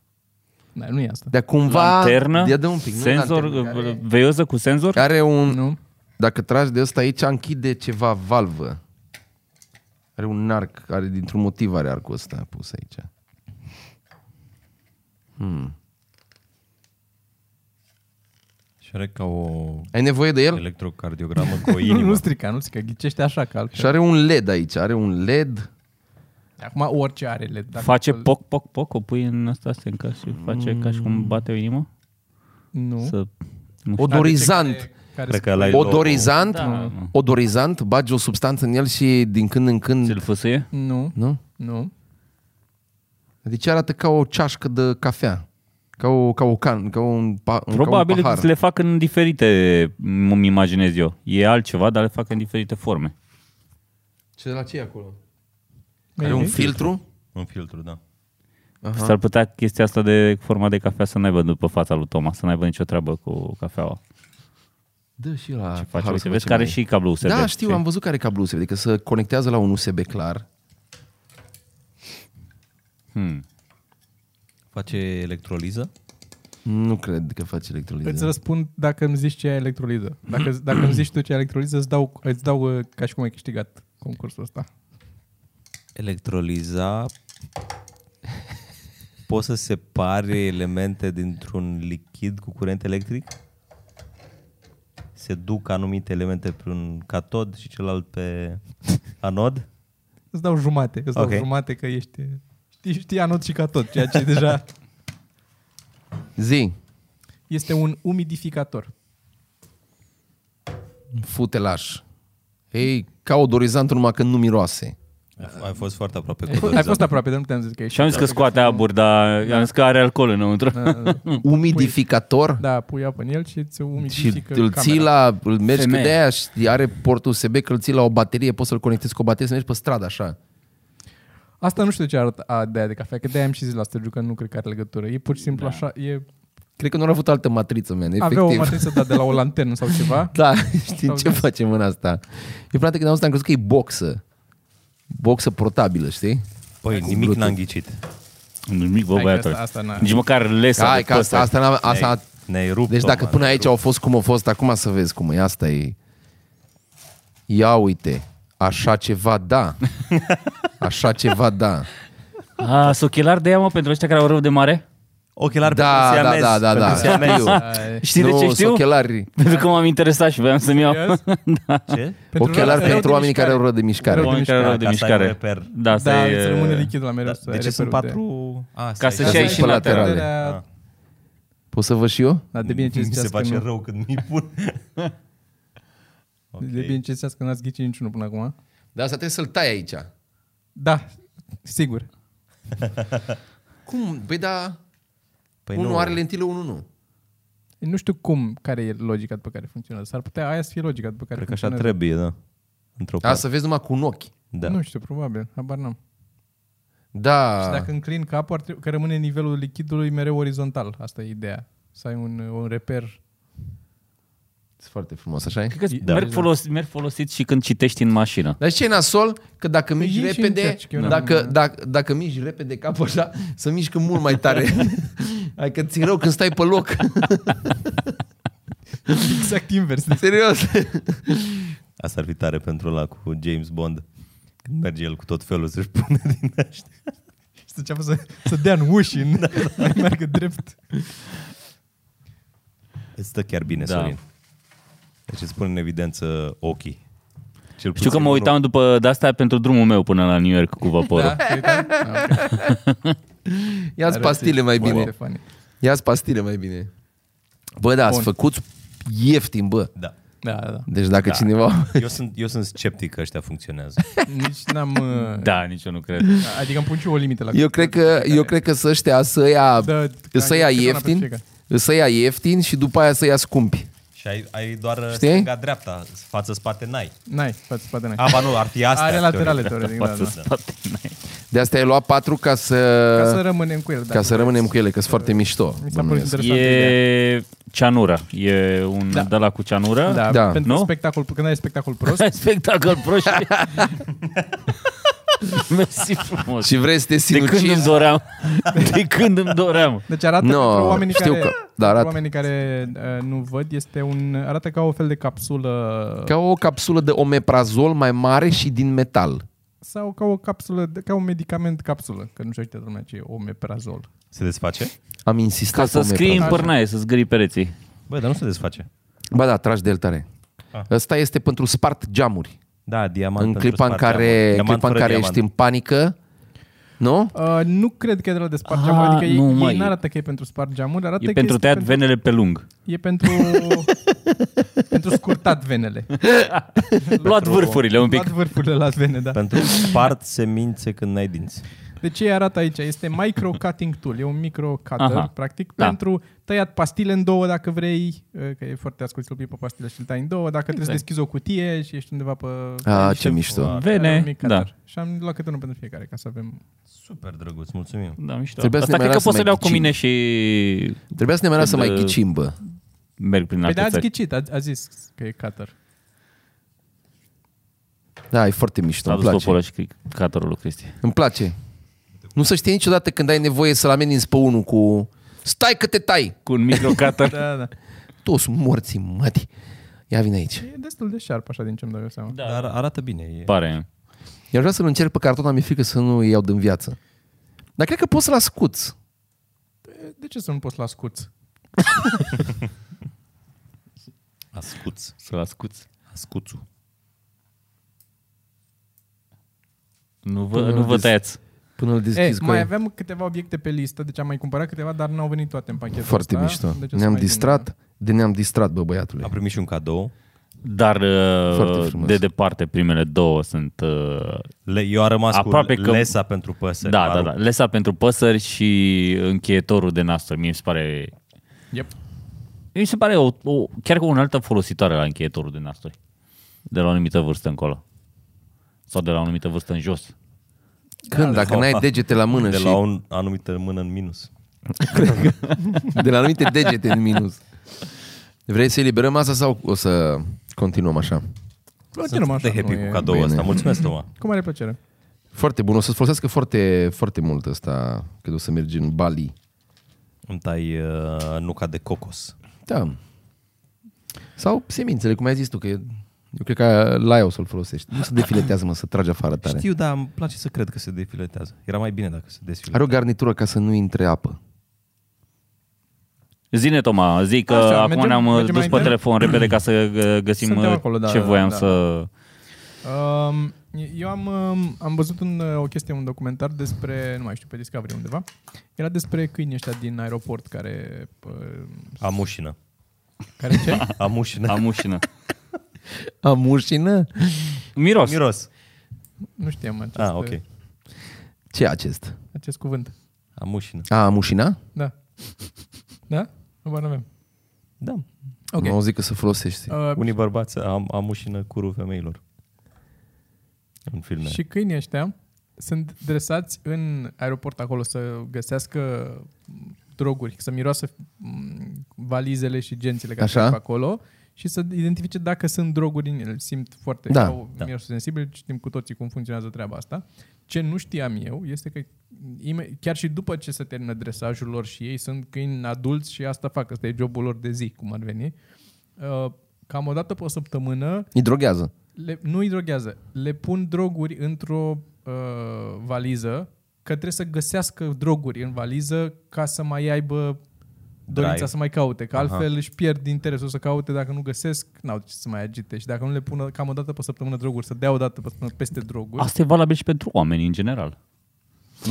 Dar nu e asta.
Dar cumva...
Lanternă,
Ia dă un pic, nu e
senzor,
lanternă, care-
veioză cu senzor.
Are un...
Nu?
Dacă tragi de ăsta aici, închide ceva valvă. Are un arc, are dintr-un motiv are arcul ăsta pus aici. Hmm.
Și are ca o
Ai nevoie de el?
electrocardiogramă cu o
Nu, nu
inimă.
strica, nu strica, ghicește așa că altfel.
Și are un LED aici, are un LED.
Acum orice are LED. Dacă
Face
îl-
poc, poc, poc, o pui în asta, se încă și face ca și
Mm.
cum bate o inimă.
Nu.
Să... nu știu.
Odorizant.
Care
Cred că ăla e logo.
Odorizant?
Da.
Odorizant, bagi o substanță în el și din când în
Ți-l
când...
fâsâie?
Nu,
Nu?
nu.
Adică arată ca o ceașcă de cafea. Ca, o, ca, o can, ca un, pa,
Probabil
ca un
că
pahar.
le fac în diferite, îmi imaginez eu. E altceva, dar le fac în diferite forme.
Ce de la ce e acolo?
E
Are un
ok?
filtru?
Un filtru, da.
Aha.
S-ar putea chestia asta de forma de cafea să n-aibă după fața lui Toma, să n-aibă nicio treabă cu cafeaua.
Dă și la
Ce face,
paharul
uite,
să
vezi
facem
că are
mai-
și cablu USB.
Da, știu,
știi?
am văzut că are cablu USB, adică se conectează la un USB clar.
Hmm.
Face electroliză?
Nu cred că face
Îți
electroliză.
răspund dacă îmi zici ce e electroliză. Dacă, dacă îmi zici tu ce e electroliză, îți dau, îți dau uh, ca și cum ai câștigat concursul ăsta.
Electroliza poți să separe elemente dintr-un lichid cu curent electric? Se duc anumite elemente pe un catod și celălalt pe anod?
Îți dau jumate, îți dau
Ok.
jumate că ești... Știi, știi anot și ca tot, ceea ce e deja
Zi,
este un umidificator.
futelaș. Ei, ca odorizant numai că nu miroase.
Ai fost foarte aproape cu
Ai fost, ai fost aproape, dar nu puteam zice că ești.
Și am zis că scoate abur, dar am zis că are alcool înăuntru.
Mm.
Umidificator?
Da, pui apă în el și îți
Și
da, umidifică
îl ții
camera.
la, îl mergi că
Femeie.
de aia și are port USB, că îl ții la o baterie, poți să-l conectezi cu o baterie, să mergi pe stradă așa.
Asta nu știu de ce arată a, de aia de cafea, că de-aia am și zis la Sergiu că nu cred că are legătură. E pur și simplu da. așa, e...
Cred că nu ar avut altă matriță, man, efectiv.
Avea o matriță da, de la o lanternă sau ceva.
Da, știi
Sau
ce
gaz.
facem în asta? Eu practic când am auzit, am crezut că e boxă. Boxă portabilă, știi?
Păi, nimic
Bluetooth.
n-am ghicit.
Nimic, bă,
Hai că
băiatul.
asta- asta n-a-
Nici măcar lesa.
Hai, că asta, asta, n-am- asta
Ne-ai rupt,
Deci dacă
Toma,
până
ne-ai
aici au fost cum au fost, acum să vezi cum e. Asta e. Ia uite, așa ceva da. Așa ceva da.
A, sunt ochelari de ea, mă, pentru ăștia care au rău de mare?
Ochelari
Da, da,
pentru siamezi,
da, da, da.
pentru siamezi.
Ai-
Știi de
Nu,
ce
sunt
știu?
Ochelari,
Pentru că m-am interesat și voiam să-mi iau.
Serios?
Ce?
pentru ochelari
rău de
pentru oamenii care au rău de mișcare.
Rău de
Oameni care au rău de
mișcare. Ca să ai un
mișcare.
reper.
Da, să
Da,
e-
îți rămâne lichid la mereu.
Da,
să
De
ai
ce sunt
reperul de-
patru... A,
Ca să
aici.
și ai și
pe
lateral.
laterale.
Da,
Pot să vă și eu?
da, de bine ce
Ah. Mi se
ziceați că
face
nu.
rău când mi-i pun. Ok.
De bine ce ziceați că n-ați ghicit niciunul până acum.
Da, asta trebuie să-l tai aici.
Da, sigur.
Cum? Băi, da,
Păi
unul
nu.
are lentile, unul nu.
Nu știu cum, care e logica după care funcționează. S-ar putea aia să fie logica după care
Cred că așa
funcționează.
trebuie, da. Într-o
A,
parte.
să vezi numai cu un ochi.
Da.
Nu știu, probabil, habar n-am.
Da.
Și dacă înclin capul, ar trebui, că rămâne nivelul lichidului mereu orizontal. Asta e ideea. Să ai un, un reper
Este foarte frumos, așa e?
Cred că da. merg, folos, merg folosit și când citești în mașină.
Dar ce e nasol? Că dacă miști
ieși și
repede,
încerci, că eu n-am-
dacă, dacă, dacă miști repede capul așa, să mișcă mult mai tare. Hai că ți rău când stai pe loc.
Exact invers.
Serios.
Asta ar fi tare pentru ăla cu James Bond. Când merge el cu tot felul să-și pune din ăștia.
Și să înceapă să, să dea în uși,
Da,
în, mai meargă drept.
Îți stă chiar bine,
Da.
da. Sorin. Deci îți pune în evidență ochii.
Știu
Cel
că
puțin
mă
unul.
uitam după de-asta pentru drumul meu până la New York cu vaporul. Da.
te-ai uitat? Ah, ok.
Ia-ți
Arăți
pastile mai
foarte
bine.
funny.
Ia-ți pastile mai bine. Bă, da, ați
Bun.
făcut ieftin, bă.
Da.
Da, da, da.
Deci dacă da. cineva...
Eu sunt, eu sunt sceptic că ăștia funcționează.
Nici n-am... uh,
da, nici eu nu cred.
Adică îmi pun și eu o limită la...
Eu cred că, eu cred că să ăștia să ia,
Da,
să ia
da, câte una pe
ieftin,
fiecare.
să ia ieftin și după aia să ia scumpi.
Și ai, ai doar uh,
Știi?
stânga-dreapta, față-spate n-ai.
N-ai, față spate n-ai.
Aba nu, ar fi astea.
Are laterale,
teoretic.
teoretic, da,
Față
da.
spate. n-ai.
De asta ai luat patru ca să,
Ca să rămânem cu el. da.
ca să rămânem cu ele, că sunt foarte mișto.
Mi s-a părut
bănuiesc.
interesant. ideea.
E ceanura. E un
Da.
da. de la cu ceanura.
Da,
Da.
da, pentru
Nu?
spectacol, când ai spectacol prost,
Spectacol proști. Mersi frumos.
Și vrei să te
de când îmi
sinucizi?
doream. De când îmi doream.
Deci arată
No,
no, pentru oamenii
știu
care,
că- da,
pentru
arată.
oamenii care uh, nu văd, este un arată ca o fel de capsulă
Ca o capsulă de omeprazol mai mare și din metal.
sau ca o capsulă, de- ca un medicament capsulă, că nu știu toată lumea ce e omeprazol.
Se desface?
Am
Ca
insistat
să
pe
scrii în
omeprazol.
pârnaie, să zgârii pereții.
Bă, dar nu se desface.
Ba da, tragi de el tare.
Ah.
Ăsta este pentru spart geamuri.
Da, diamant
În
pentru
clipa în
spartea,
care,
mă.
în
Diamant
clipa în
fără
care
diamant.
ești în panică, nu?
Uh, nu cred că e de la de spart
Ah,
geamuri, adică
nu,
ei,
mă,
ei
e-
n-arată că e pentru spart geamuri, arată
E
că
pentru
este
tăiat venele pe lung.
E pentru, pentru scurtat venele.
Luat vârfurile un pic.
Luat vârfurile la vene, da.
Pentru spart semințe când n-ai dinți.
De ce arată aici? Este micro cutting tool, e un micro cutter,
Aha.
Aha. practic,
Da.
da. pentru tăiat pastile în două dacă vrei, eh, că e foarte ascuțit pe pastile și îl tai în două, dacă exact. trebuie să deschizi o cutie și ești undeva pe...
A,
pe
ce mișto.
Vene,
are un mic
da.
cutter. Și am luat câte unul pentru fiecare, ca să avem...
Super drăguț, mulțumim.
Da, mișto.
Trebuia să
Asta
ne mai
cred că
las
pot
să
să le iau cu
mai
mine și
Trebuia să ne mai lasă
Când,
mai
uh,
ghicim, bă.
merg prin
Păi
alte
da, ați
țări.
ghicit, a, a zis că e cutter.
Da, e foarte mișto,
S-a
îmi
dus
place.
locul ăla și cred catorul lui Cristi.
Îmi place. Nu se știe niciodată când ai nevoie să-l ameninți pe unul cu... Stai că te tai!
Cu un microcutter.
Da, da.
Toți morții, măti. Ia vine aici.
E destul de șarp așa din ce-mi dau eu seama. Da.
Dar arată bine. E...
Pare.
Eu vreau să-l încerc pe carton, mi-e frică să nu iau din viață. Dar cred că poți să-l ascuți.
De ce să nu poți la scuț?
Ascuț.
Să-l ascuți.
Ascuțul.
Nu
Până
vă, nu vă
des-
tăiați.
Până îl
E,
deschizi cu
mai
el.
aveam câteva obiecte pe listă, deci am mai cumpărat câteva, dar n-au venit toate în pachetul
Foarte
ăsta.
mișto.
Deci o să
Ne-am
mai Da.
distrat. De ne-am distrat, bă, băiatule.
Am primit și un cadou.
Dar uh,
Foarte frumos.
de departe primele două sunt... Uh,
Le, eu am rămas
Aproape
cu
că-
lesa pentru păsări.
da, da,
Aru-
da. Lesa pentru păsări și încheietorul de nasturi. Mie mi se pare...
gândim. Yep.
Mi se pare o, o, chiar că o altă folositoare la încheietorul de nasturi. De la o anumită vârstă încolo. Sau de la o anumită vârstă în jos.
Când?
Da.
Dacă
sau-
n-ai degete la mână
De
și
la o anumită mână în minus.
de la anumite degete în minus. Vrei să eliberăm asta sau o să continuăm așa?
Continuăm așa,
de happy
nu
cu
e-
cadoul
Bine.
ăsta. Mulțumesc, Toma.
Cu mare plăcere.
Foarte bun. O să-ți folosească foarte, foarte mult asta când o să mergi în Bali.
Îmi tai uh, nuca de cocos.
Da. Sau semințele, cum ai zis tu, că eu, eu cred că la eu o să-l folosești. Nu se defiletează, mă, să tragi afară tare.
Știu, dar îmi place să cred că se defiletează. Era mai bine dacă se desfiletează.
Are o garnitură ca să nu intre apă.
Zine, Toma, zic că
Așa,
acum
mergem-
ne-am uh,
mergem
dus
mai
pe
departe?
telefon repede ca să uh, găsim
Suntem
uh,
acolo, da,
ce
da,
voiam
da.
să...
Um, eu am, um, am văzut un, o chestie, un documentar despre, nu mai știu, pe Discovery undeva. Era despre câinii ăștia din aeroport care... pă,
Amușină.
care ce? Da.
Amușină.
Am ușină.
Amușină?
Miros. Miros. uh,
Miros.
Nu știam acest,
Ah, ok.
Ce e acest?
acest cuvânt.
Amușină.
A, amușina?
Da. Da? Nu avem.
Da.
Ok.
Ok.
Nu zic că să folosești.
Uh,
Unii bărbați am, amușină curul femeilor. În filme.
Și câinii ăștia sunt dresați în aeroport acolo să găsească droguri, să miroasă m, mm, valizele și gențile care
Așa.
sunt pe acolo și să identifice dacă sunt droguri în el. Simt foarte
Da,
sau da. sensibil, știm cu toții cum funcționează treaba asta. Ce nu știam eu este că ime- chiar și după ce se termină dresajul lor și ei sunt câini adulți și asta fac, ăsta e jobul lor de zi, cum ar veni. Uh, Cam o dată pe o săptămână
Îi droghează.
le, nu îi droghează, le pun droguri într-o uh, valiză, că trebuie să găsească droguri în valiză ca să mai aibă dorința
Drive.
să mai caute, că
Aha.
altfel își pierd interesul să caute, dacă nu găsesc, n-au ce să mai agite și dacă nu le pună cam o dată pe săptămână droguri, să dea o dată pe săptămână peste droguri.
Asta e valabil și pentru oameni în general.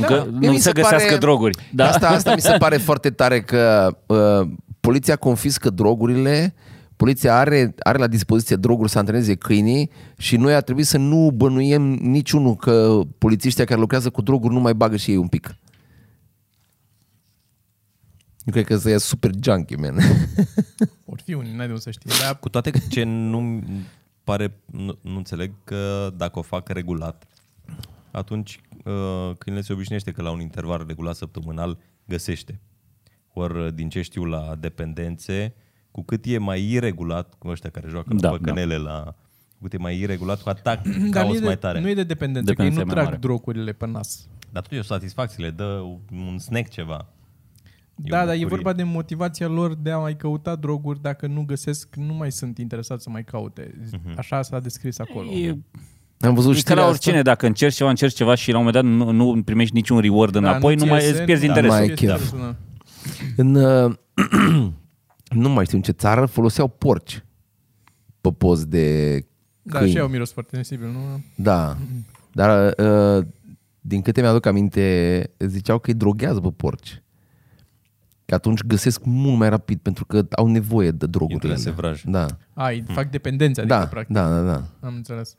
Da,
Da,
că
mie
nu
mi
se,
se
găsească
pare-
droguri. Da.
Asta, asta mi se pare foarte tare că uh, poliția confiscă drogurile, poliția are, are la dispoziție droguri să antreneze câinii și noi ar trebui să nu bănuiem niciunul că polițiștii care lucrează cu droguri nu mai bagă și ei un pic. Eu cred că să ia super junkie, man.
Or fi unii, n-ai de unde să știi. Dar
Cu toate că ce nu pare, nu, nu înțeleg că dacă o fac regulat, atunci uh, câinele se obișnuiește că la un interval regulat săptămânal găsește. Ori uh, din ce știu la dependențe, cu cât e mai iregulat, cu ăștia care joacă
Da,
da,
da.
la păcănele, da. la, cu cât e mai iregulat, cu atac
dar nu, e
caos mai
de,
tare.
nu e de dependență, că ei
Dependența
nu
e mai
trag
mare.
drogurile pe nas.
Dar tu o satisfacție, le dă un snack ceva. E
Da,
o
dar e
bucurie.
vorba de motivația lor de a mai căuta droguri dacă nu găsesc, nu mai sunt interesat să mai caute.
Mhm.
Așa s-a descris acolo.
E,
Am văzut
e ca
știrea
la
asta?
oricine, dacă încerci ceva, încerci ceva și la un moment dat nu, nu primești niciun reward Da, înapoi,
Da, nu
nu
ți
mai
iese,
îți pierzi
nu- Da,
interesul.
mai
nu ți iese
chef.
interesul,
În, uh, nu mai știu în ce țară, foloseau porci pe post de
Da,
câini.
și eu miros foarte sensibil, nu?
Da, dar uh, din câte mi-aduc aminte, ziceau că îi droghează pe porci. Că atunci găsesc mult mai rapid, pentru că au nevoie de drogurile.
Intră în
alea.
sevraj.
Da,
A,
Mhm.
îi fac dependența, adică,
da,
practic.
da, da, da.
Am înțeles.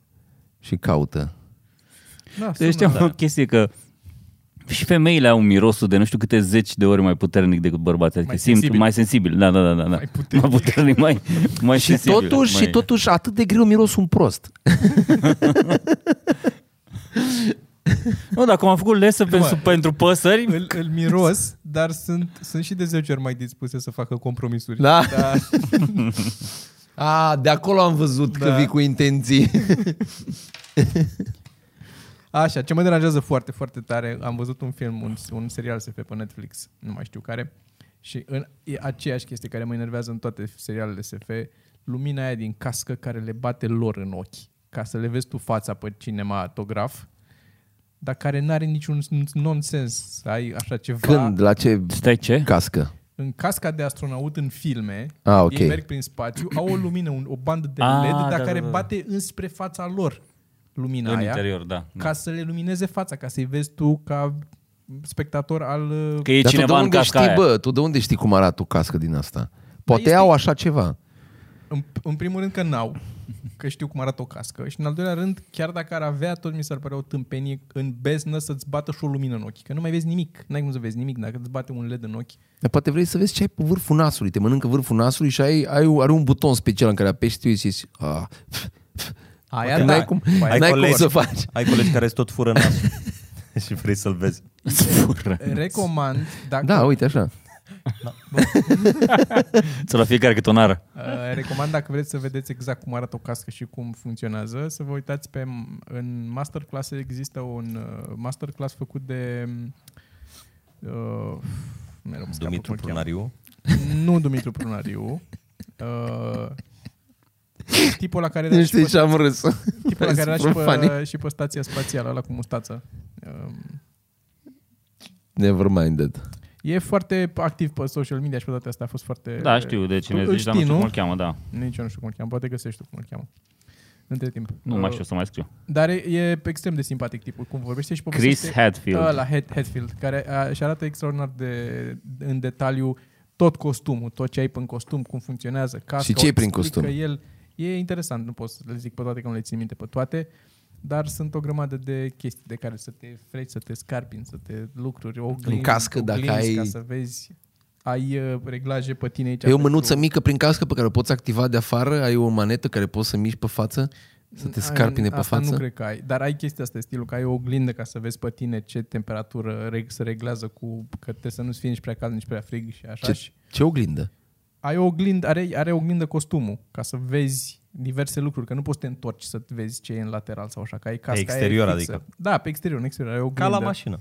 Și caută.
Da,
Deci știam o chestie că și femeile au mirosul de nu știu câte zeci de ori mai puternic decât bărbații. Adică
Mai
mai simt
sensibil.
sensibil. mai sensibil. Da, da, da, da. da.
Mai puternic.
Mai puternic, mai, mai
și
sensibil.
totuși,
mai...
și totuși atât de greu miros un prost.
Nu, dar cum am făcut lesă pentru,
mă.
pentru păsări,
îl, îl miros, dar sunt, sunt și de 10 ori mai dispuse să facă compromisuri.
Da. da. A, de acolo am văzut da. că
Da.
vii cu intenții.
Așa, ce mă deranjează foarte, foarte tare, am văzut un film, un, un serial SF pe Netflix, nu mai știu care, și în, e aceeași chestie care mă enervează în toate serialele SF, lumina aia din cască care le bate lor în ochi, ca să le vezi tu fața pe cinematograf, dar care n-are niciun nonsens să ai așa ceva.
Când? La ce
Stai ce?
cască?
în casca de astronaut în filme,
Ah, ok.
ei merg prin spațiu, au o lumină, un, o bandă de
Ah,
LED, dar
da, da,
care
da, da.
bate înspre fața lor lumina
În
aia,
interior, da. da.
ca să le lumineze fața, ca să-i vezi tu ca spectator al...
Că e
Dar tu de
cineva în
unde
casca
știi,
aia. Păi
bă? Tu de unde știi cum arată o cască din asta? Poate
este-
au așa ceva.
În, în primul rând că n-au, că știu cum arată o cască și în al doilea rând, chiar dacă ar avea, tot mi s-ar părea o tâmpenie în beznă să-ți bată și o lumină în ochi, că nu mai vezi nimic, n-ai cum să vezi nimic dacă îți bate un LED în ochi.
Dar poate vrei să vezi ce ai pe vârful nasului. Te mănâncă vărful nasului și ai, ai, are un buton special în care apeși tu și zici... "Ah, pf, pf."
Aia
Poate
da.
n-ai cum,
Ai
n-ai cum
colegi.
să faci.
Ai colegi care îți tot fură nasul și vrei să-l vezi.
Fură.
Eh, Recomand, dacă
Da, uite așa.
Să la fiecare cât o nară.
Uh, recomand dacă vreți să vedeți exact cum arată o cască și cum funcționează, să vă uitați pe în masterclass există un uh, masterclass făcut de uh, mereu îmi scapă
Dumitru
cum îl cheamă.
Prunariu.
Nu Dumitru Prunariu. Uh, tipul la care
Nu
era Păi da, și
știi
pe,
ce am râs.
tipul la care era
super
și pe,
funny.
și pe stația spațială, la cu mustață. Uh,
Never minded.
e foarte activ pe social media și pe toate astea a fost foarte...
Da, știu de cine
Tu îl
zici, dar nu știu cum îl
știi,
cheamă, da.
nu? Nici eu nu știu cum îl cheamă, poate găsești tu cum îl cheamă. Între timp.
Nu
Uh,
mai știu să mai scriu.
Dar e, e extrem de simpatic tipul, cum vorbește și
Chris
povestește
Hadfield.
la Head, Headfield, care a, și arată extraordinar de, în detaliu tot costumul, tot ce ai în costum, cum funcționează casca.
Și ce e
o
prin
explică
costum?
El, e interesant, nu pot să le zic pe toate, că nu le țin minte pe toate, dar sunt o grămadă de chestii de care să te freci, să te scarpini, să te lucruri, oglinzi,
În cască, dacă
oglinzi
ai-
ca să vezi, ai uh, reglaje pe tine aici.
Ai o
pentru-
mânuță mică prin cască pe care o poți activa de afară, ai o manetă care poți să miști pe față, să te
Ai-
scarpine pe
asta nu
față.
cred că ai, dar ai chestia asta, stilul că ai o oglindă ca să vezi pe tine ce temperatură reg, se reglează cu, că trebuie să nu-ți fie nici prea cald, nici prea frig și așa.
Ce,
Și
ce oglindă?
ai o oglindă, are, are oglindă costumul ca să vezi diverse lucruri, că nu poți să te întorci să vezi ce e în lateral sau așa, că ai casca aia
exterior,
e fixă.
adică.
Da, pe exterior, în exterior, ai o
Ca
oglindă.
la mașină.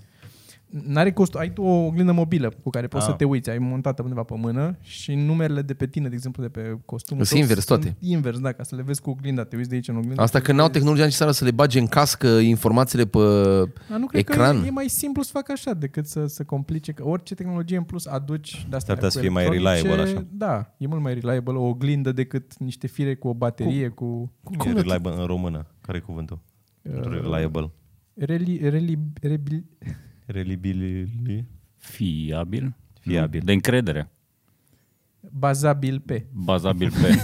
N-are cost, ai tu o oglindă mobilă cu care poți
Ah.
să te uiți, ai montată undeva pe mână și numerele de pe tine, de exemplu, de pe costumul
Sunt
tău,
invers
sunt
toate.
Invers, da, ca să le vezi cu oglinda, te uiți de aici în oglindă.
Asta că n-au tehnologia necesară să le bage în cască informațiile pe
Dar nu cred
ecran.
că e mai simplu să facă așa decât să, să complice, că orice tehnologie în plus aduci de
S-ar putea
cu
să fie mai
electronice,
reliable așa.
Da, e mult mai reliable o oglindă decât niște fire cu o baterie, cu, cu
Cum e Uh, reliable în română? Care e cuvântul? Reliable.
reli, reli, reli,
Reliabili.
Fiabil?
Fiabil.
De încredere.
bazabil pe.
Bazabil pe...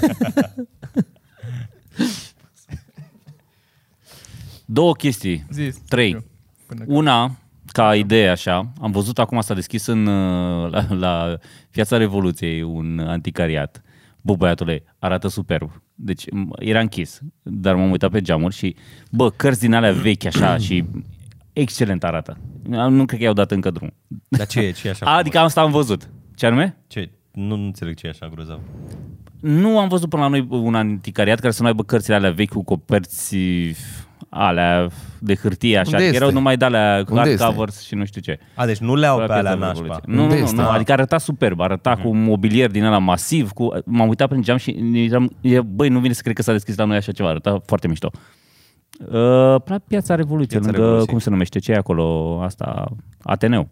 Două chestii.
Zis.
Trei.
Eu, Până
Una, ca idee așa, am văzut acum s-a deschis în, uh, la, la Piața Revoluției un anticariat. Bă, băiatule, arată superb. Deci m- era închis, dar m-am uitat pe geamuri și, bă, cărți din alea vechi așa și excelent arată. Nu cred că i-au dat încă drum.
Da,
Dar ce e? Ce e așa?
Adică asta am văzut. Ce anume?
Ce? Nu, nu înțeleg ce e așa grozav.
Nu am văzut până la noi un anticariat care să nu aibă cărțile alea vechi cu coperți alea de hârtie, așa.
Unde
Adică erau
este?
numai de alea cu
Unde
hard
este?
covers și nu știu ce.
A, deci nu le au pe
Piața
alea
Revoluției.
nașpa. Mhm.
Nu,
Unde
nu, nu,
este?
nu, adică arăta superb, arăta cu un mobilier din ăla masiv, cu... m-am uitat prin geam și eram, e, băi, nu vine să cred că s-a deschis la noi așa ceva, arăta foarte mișto. Uh, la Piața Revoluției,
Piața
lângă,
Revoluției.
cum se numește, ce e acolo, asta, Ateneu,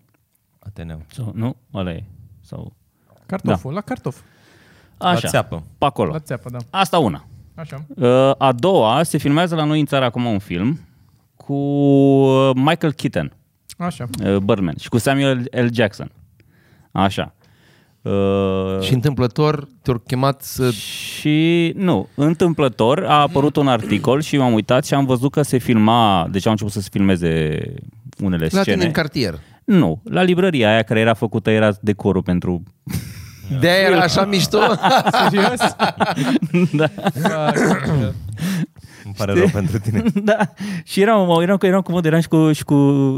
Ateneu.
sau, nu? Ăla e, sau...
Cartoful, da. la cartof.
Așa,
La țeapă.
pe acolo.
La țeapă, da.
Asta una.
Așa.
Uh, A doua, se filmează la noi în țară acum un film cu uh, Michael Keaton,
Așa.
uh, Birdman, și cu Samuel L. Jackson. Așa. Uh,
și întâmplător te-au chemat să...
și nu, întâmplător a apărut un articol și m-am uitat și am văzut că se filma, deci au început să se filmeze unele
La tine
scene.
în cartier.
nu, la librăria aia care era făcută era decorul pentru...
De aia era așa mișto?
Serios?
da.
Fac, așa.
Îmi pare rău pentru tine.
da. Și eram, mă, eram, eram cu mod, eram și cu, și cu,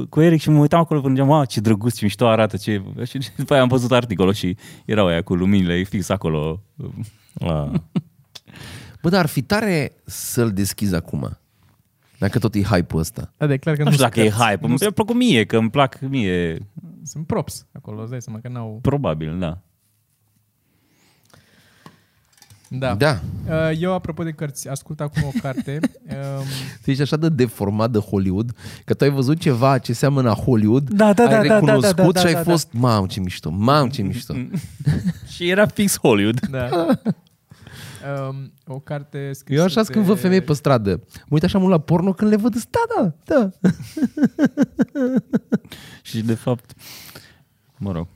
cu Eric și mă uitam acolo și gândeam, "Mamă, ce drăguț, ce mișto arată, ce... Și după aia am văzut articolul și erau aia cu luminile fix acolo.
Ah.
Bă, dar ar fi tare să-l deschizi acum. Dacă tot e hype-ul ăsta.
Da, de clar că
Nu știu dacă e
sunt
hype, mi-a plăcut mie, că îmi plac mie,
Sunt props acolo, îți dai seama că n-au...
probabil, da.
Da.
Da.
Uh, Eu, apropo de cărți, ascult acum o carte. Um,
Tu ești așa de deformat de Hollywood, că tu ai văzut ceva ce seamănă a Hollywood,
Da, da,
ai
da, da, da,
recunoscut
da, da,
și ai
da, da.
fost, mamă ce mișto, mamă ce mișto.
Și era fix Hollywood.
da. Um, o carte scrisă
Eu așa
de...
când văd femei pe stradă, mă uit așa mult la porno când le văd, da, da, da.
Și de fapt, mă rog.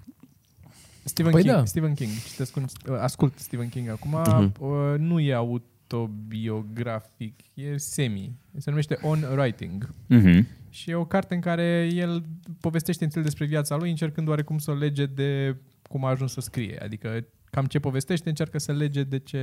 Stephen,
Păi
King,
da.
Stephen King. Citesc un, ascult Stephen King acum. Uh, nu e autobiografic, e semi. Se numește On Writing.
Mm-hmm.
Și e o carte în care el povestește în despre viața lui, încercând oarecum să o lege de cum a ajuns să scrie. Adică cam ce povestește, încearcă să lege de ce,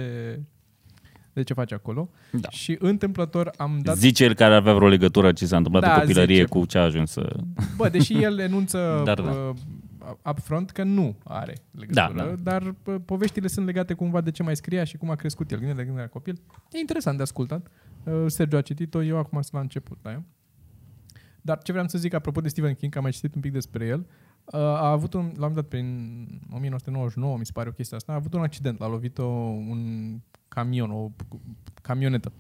de ce face acolo.
Da.
Și întâmplător am dat...
Zice el care avea vreo legătură ce s-a întâmplat
Da,
în copilărie
zice.
cu ce a ajuns să...
Bă, deși el enunță
Dar
dar,
da.
da. upfront că nu are legătură,
Da,
da,
da.
da. dar uh, poveștile sunt legate cumva de ce mai scria și cum a crescut el, gândirea de când era copil. E interesant de ascultat. Uh, Sergiu a citit-o, eu acum sunt la început la ea. Dar ce vreau să zic apropo de Stephen King, că am mai citit un pic despre el, uh, a avut un, l-am dat prin 1999, mi se pare o chestie asta, a avut un accident, l-a lovit-o un camion, o camionetă.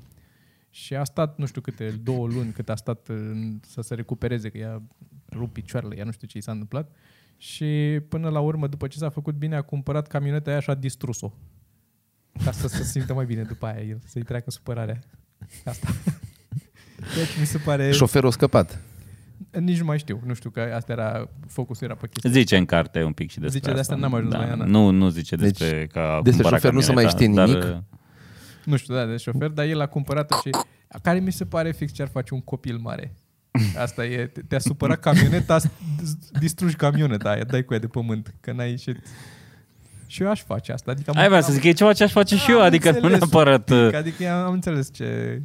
Și a stat, nu știu câte, două luni cât a stat în, să se recupereze, că i-a rupt picioarele, ea nu știu ce i s-a întâmplat. Și până la urmă, după ce s-a făcut bine, a cumpărat camioneta aia și a distrus-o. Ca să se simtă mai bine după aia el, să-i treacă supărarea. Asta. Deci mi se pare...
Șoferul a scăpat.
Nici nu mai știu, nu știu că asta era, focusul era pe chestia.
Zice în carte un pic și despre
Zice, de asta n-am ajuns la ea, da.
Nu, nu zice
Deci,
despre deci, că a
despre
cumpărat
șofer nu se mai
camioneta,
știe nimic?
Dar,
Nu știu, da, de șofer, dar el a cumpărat-o și... Care mi se pare fix ce ar face un copil mare. Asta e, te- te-a supărat camioneta, s- d- distrugi camioneta aia, dai cu ea de pământ, că n-ai ieșit. Și eu aș face asta. Adică am-
Ai vrea să zic, e ceva ce aș face și eu,
am
adică nu
înțeles un
neapărat...
pic,
Câte
Adică am, am înțeles ce...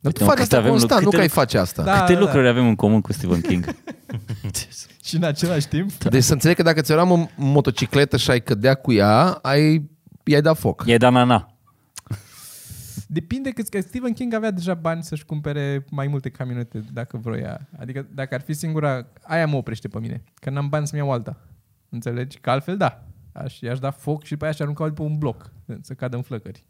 Dar
Uite,
tu
mă,
faci
câte
asta
avem, nu,
constant, nu
câte
că ai
lu-
face asta.
Da, da, da.
lucruri avem în comun cu Stephen King?
Și în același timp,
Deci să înțeleg că dacă ți-o luam în motocicletă și ai cădea cu ea, ai i-ai dat foc.
E danana.
Depinde cât că Stephen King avea deja bani să-și cumpere mai multe camionete dacă vroia. Adică dacă ar fi singura, aia mă oprește pe mine. Că n-am bani să-mi iau alta. Înțelegi? Că altfel da. Aș, i-aș da foc și pe aia și arunca pe un bloc. Să cadă în flăcări.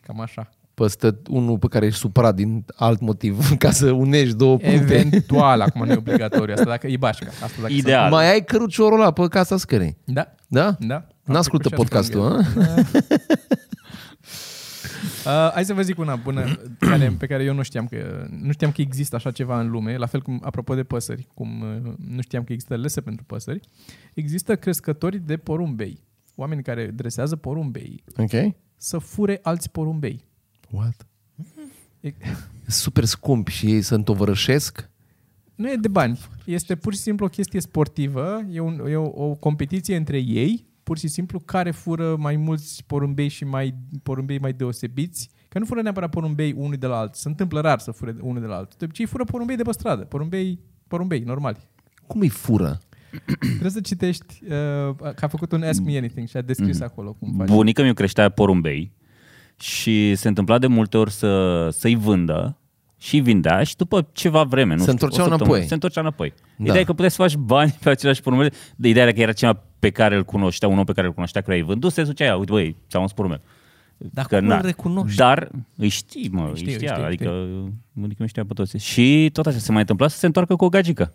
Cam așa.
Păstă unul pe care ești supărat din alt motiv, ca să unești două puncte.
Eventual, acum nu e obligatoriu. Asta dacă e bașca. Asta dacă
Ideal.
Mai ai căruciorul ăla pe casa scării.
Da,
Da?
da.
N-ascultă
Am trecut și
podcastul, a?
Uh, hai să vă zic una bună care, pe care eu nu știam că nu știam că există așa ceva în lume, la fel cum apropo de păsări, cum uh, nu știam că există lese pentru păsări. Există crescători de porumbei, oameni care dresează porumbei
Ok.
să fure alți porumbei.
What?
E,
Super scump și ei se întovărășesc.
nu e de bani, este pur și simplu o chestie sportivă, e, un, e o, o competiție între ei, pur și simplu care fură mai mulți porumbei și mai porumbei mai deosebiți. Că nu fură neapărat porumbei unul de la altul. Se întâmplă rar să fure unul de la altul. De obicei fură porumbei de pe stradă. Porumbei, porumbei, normali.
Cum îi fură?
Trebuie să citești uh, că a făcut un Ask Me Anything și a descris mm. acolo cum faci.
Bunica mi-a creștea porumbei și se întâmpla de multe ori să, să-i vândă și îi vindea și după ceva vreme,
Se
nu știu,
întorceau
o săptămână,
înapoi.
Se întorcea înapoi.
Da.
Da. Ideea e că puteai să faci bani pe același porumbel. De ideea era că era cineva pe care îl cunoștea, un om pe care îl cunoștea, care îi vânduse, zicea, uite băi, ți-am spus porumbel.
Dar
Că
cum
na.
îl recunoști?
Dar îi știi, mă, îi
știi,
știa,
îi
știi,
știi,
adică bunica mi știa pe toți. Și tot așa se mai întâmpla să se întoarcă cu o gagică,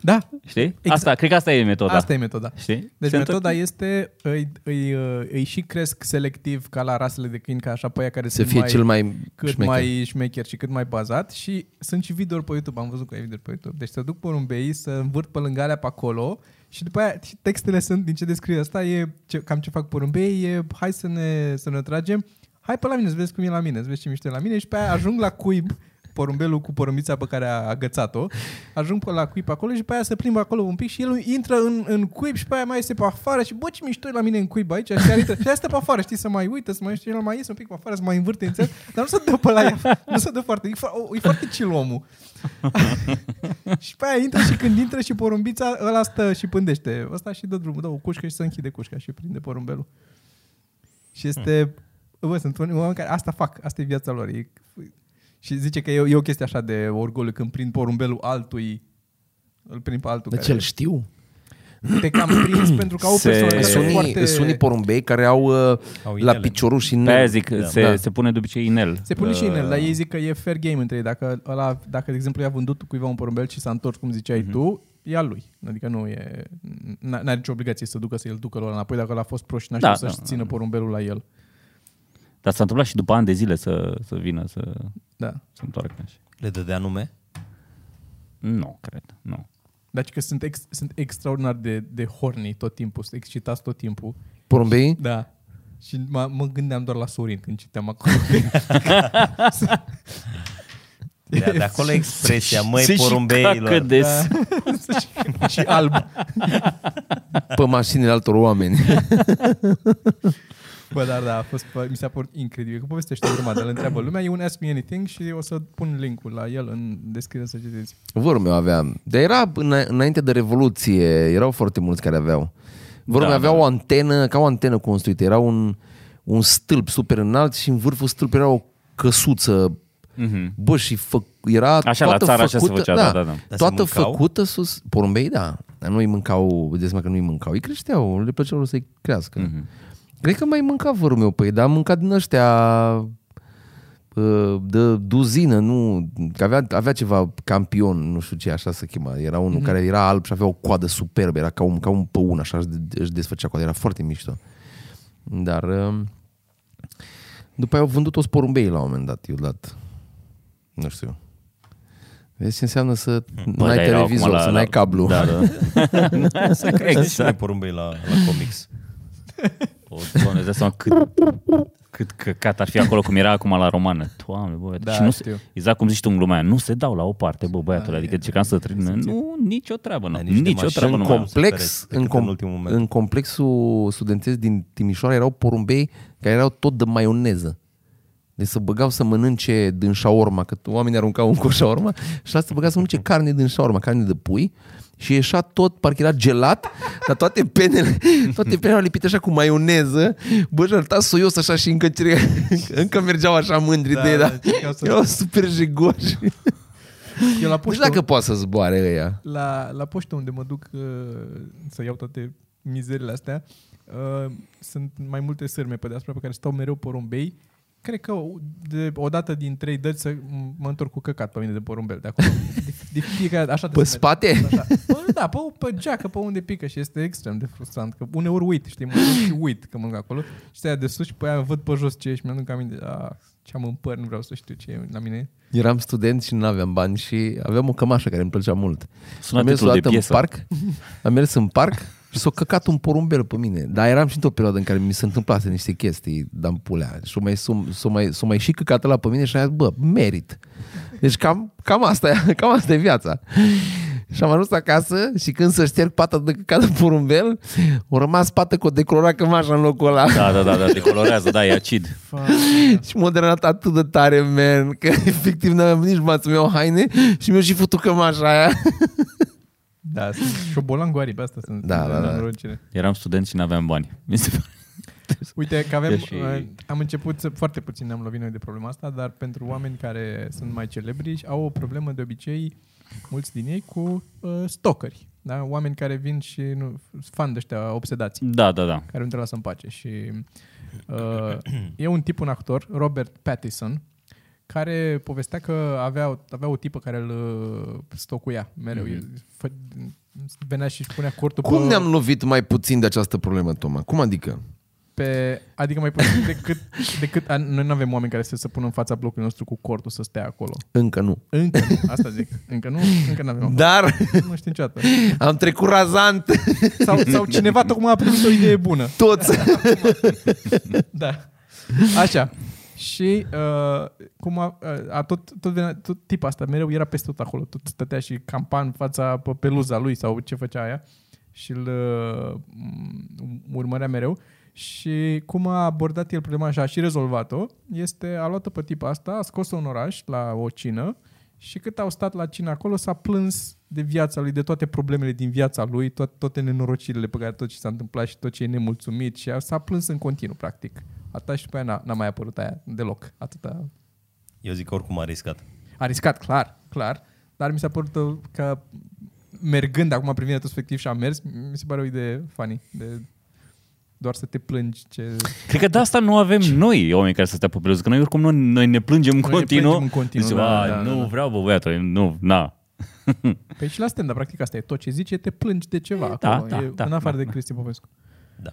Da,
știi?
Exact.
Exact. Asta, cred că asta e metoda.
asta e metoda.
Știi?
Deci
Se întor-
metoda este, îi, îi, uh, îi și cresc selectiv ca la rasele de câini, ca așa pe aia care
Să
sunt
fie
mai,
cel mai
cât
șmecher.
mai șmecher și cât mai bazat și sunt și videouri pe YouTube, am văzut că ai videouri pe YouTube. Deci să duc porumbei, să învârt pe lângă alea pe acolo și după aia și textele sunt din ce descrie asta, e ce, cam ce fac porumbei, e hai să ne, să ne tragem, hai pe la mine, să vezi cum e la mine, să vezi ce mișto e la mine și pe aia ajung la cuib porumbelul cu porumbița pe care a agățat-o, ajung pe la cuib pe acolo și pe aia se plimbă acolo un pic și el intră în, în cuib și pe aia mai iese pe afară și bă ce mișto e la mine în cuib aici și chiar intră și asta pe afară, știi, să mai uită, să mai știi, el mai iese un pic pe afară, să mai învârte, înțeles? Dar nu se dă pe la ea, nu se dă foarte, e, fo- e foarte chill omul. și pe aia intră și când intră și porumbița ăla stă și pândește, ăsta și dă drumul, dă o cușcă și se închide cușca și prinde porumbelul. Și este... Bă, sunt unii oameni care asta fac, asta e viața lor. E, și zice că e, o- e o chestie așa de orgoliu când prind porumbelul altui îl prind pe altul
Dar ce
care
îl știu?
te cam prins pentru că au
Se-
persoane
Sunt unii,
foarte...
sunt unii porumbei care au, uh,
Au
la
inele.
piciorul și
Pe aia
ne...
zic, da. se,
Da.
da. se pune de obicei inel.
Se pune și în
Da.
el, dar ei zic că e fair game între ei. Dacă, ăla, dacă de exemplu, i-a vândut cuiva un porumbel și s-a întors, cum ziceai
Mhm.
mm-hmm. tu, e al lui. Adică nu e... n- N-are nicio obligație să ducă să-l ducă lor înapoi dacă l-a fost proști și n-a
Da,
știut să-și
da.
țină porumbelul la el.
Dar s-a întâmplat și după ani de zile să, să vină, să
Da.
se întoarcă. Și...
Le dădea nume?
Nu, cred, nu.
Deci că sunt, ex, sunt extraordinar de, de horny tot timpul, sunt excitați tot timpul.
Porumbei?
Da. Și mă, mă gândeam doar la Sorin când citeam acolo.
De, de acolo e expresia, măi,
Se și cacă
porumbeilor.
des.
Da.
și alb.
Pe mașinile altor oameni.
Bă, dar da, a fost, bă, mi s-a părut incredibil. Că povestește o grămadă, îl întreabă lumea. E un Ask Me Anything și o să pun linkul la el în descriere să citiți.
Vorul meu avea. Dar era îna- înainte de Revoluție, erau foarte mulți care aveau. Vorul
Da,
meu avea
da.
o antenă, ca o antenă construită. Era un, un stâlp super înalt și în vârful stâlpului era o căsuță.
Mhm.
Bă, și fă, era
Așa, la
toată
țară așa
făcută,
se făcea, da, da, da. Dar
se
Toată
mâncau?
făcută sus, porumbei, da. Dar nu îi mâncau, vedeți mă că nu îi mâncau. Îi creșteau, le plăceau lor să-i crească.
Mhm.
Cred că mai mânca vărul meu pe ei, dar a mâncat din ăștia uh, de duzină, nu, că avea, avea ceva campion, nu știu ce așa se chema, era
Mhm.
unul mm-hmm. care era alb și avea o coadă superbă, era ca un, ca un păun, așa își, de- își desfăcea coada, era foarte mișto. Dar uh, după aia au vândut toți porumbeii la un moment dat, eu dat, nu știu. Vezi ce înseamnă să
Bă,
n-ai
dar erau acum
televizor,
la-
să n-ai
la-
cablu.
Da, da.
Exact. Și mai
exact.
porumbei la, la comics.
O, doamne, îți dai seama cât, cât căcat ar fi acolo cum era acum la romană. Doamne, bă,
Da,
și nu
știu.
se, exact cum zici tu în glumea aia, nu se dau la o parte, bă,
Da,
băiatule, adică ce cam să trec, nu, nicio treabă, nu,
nici de
nicio
mașini
treabă,
în
nu mai am.
complex,
Decât
în,
în
com-
ultimul
în,
moment.
complexul studențesc din Timișoara erau porumbei care erau tot de maioneză. Deci să băgau să mănânce din șaorma, că oamenii aruncau un cu șaorma și la să băgau să mănânce carne din șaorma, carne de pui și ieșea tot, parcă era gelat, dar toate penele, toate penele erau lipite așa cu maioneză, bă, și arăta soios așa și încă, cere, încă mergeau așa mândri
Da,
de ei,
da,
dar
încercau să-
erau super jigoși.
Eu la
Deci
Nu
poștă,
știu dacă poate să zboare ăia.
la, la poștă unde mă duc uh, să iau toate mizerile astea, uh, sunt mai multe sârme pe deasupra pe care stau mereu porumbei. Cred că o- de, o dată din trei dăți să m- mă întorc cu căcat pe mine de porumbel de acolo. De, de fiecare, așa
Pe
trebuie să merg.
spate?
Așa. Bă, da, pe, pe geacă, pe unde pică și este extrem de frustrant. Că uneori uit, știi, mă duc și uit că mănânc acolo și stai de sus și pe aia văd pe jos ce e și mi-aduc aminte. Ah, ce-am în păr, nu vreau să știu ce e la mine.
Eram student și nu aveam bani și aveam o cămașă care îmi plăcea mult.
Sună
am mers
titlul de
odată
piesă.
în parc, am mers în parc și s-a căcat un porumbel pe mine. Dar eram și într-o perioadă în care mi se întâmplase niște chestii, dar pulea. Și s-a mai, s-a mai, s-a mai și căcat la pe mine și am zis, bă, merit. Deci cam, cam, asta, e- cam asta e viața. Și am ajuns acasă și când să șterg pata de căcat de porumbel, o rămas pată cu o decolorat cămașa în locul ăla.
Da, da, da, da, decolorează, da, e acid.
Și m-a deranjat atât de tare, man, că efectiv n-am nici mațul meu haine și mi-a și făcut cămașa aia.
Da, sunt șobolan cu aripi, asta sunt.
Da,
sunt
da, da.
nenorocire.
Eram student și n-aveam bani. Mi se pare-
Uite că avem,
E și-
uh, am început să, foarte puțin ne-am lovit noi de problema asta, dar pentru oameni care sunt mai celebri și au o problemă de obicei, mulți din ei, cu uh, stalkeri. Da? Oameni care vin și nu, fan de ăștia obsedați,
Da, da, da.
care nu te lasă în pace. Și uh, e un tip, un actor, Robert Pattinson, care povestea că avea, avea o tipă care îl uh, stocuia mereu. Mm-hmm. Fă, venea și își punea cortul
Mhm. Cum
pe...
ne-am lovit mai puțin de această problemă, Toma? Cum adică?
Pe, adică mai puțin decât, decât a, noi nu avem oameni care să se pună în fața blocului nostru cu cortul să stea acolo.
Încă nu.
Încă nu, Da. asta zic. Încă nu, încă nu avem.
Dar
Nu știu niciodată.
am trecut razant
Sau, sau cineva tocmai a primit o idee bună.
toți.
Da. Așa. Și uh, cum a, a tot, tot, venea, tot tipul asta mereu era peste tot acolo. Tot stătea și campan în fața pe peluza lui sau ce făcea aia și îl uh, m- urmărea mereu. Și cum a abordat el problema și a și rezolvat-o, este, a luat-o pe tipa asta, a scos-o în oraș la o cină și cât au stat la cină acolo s-a plâns de viața lui, de toate problemele din viața lui, toate, toate nenorocirile pe care tot ce s-a întâmplat și tot ce e nemulțumit și a, s-a plâns în continuu, practic. Atâta și după aia n-a, n-a mai apărut aia deloc. Atâta.
Eu zic că oricum a riscat.
A riscat, clar, clar, dar mi s-a părut uh, că mergând acum prin retrospectiv și a mers, mi se pare o idee funny de doar să te plângi ce...
Cred că de asta nu avem noi oameni care să stea pe peluză, că noi oricum nu, noi ne plângem în
Noi ne
continuu.
plângem în continuu,
Zicem,
da,
"A,
da, da,
nu
da."
vreau, bă, băiatul, nu, na.
Păi și la stand practic asta e tot ce zice, te plângi de ceva.
da,
acolo.
da,
e,
da,
în afară
da,
de
da.
Cristi Popescu.
Da.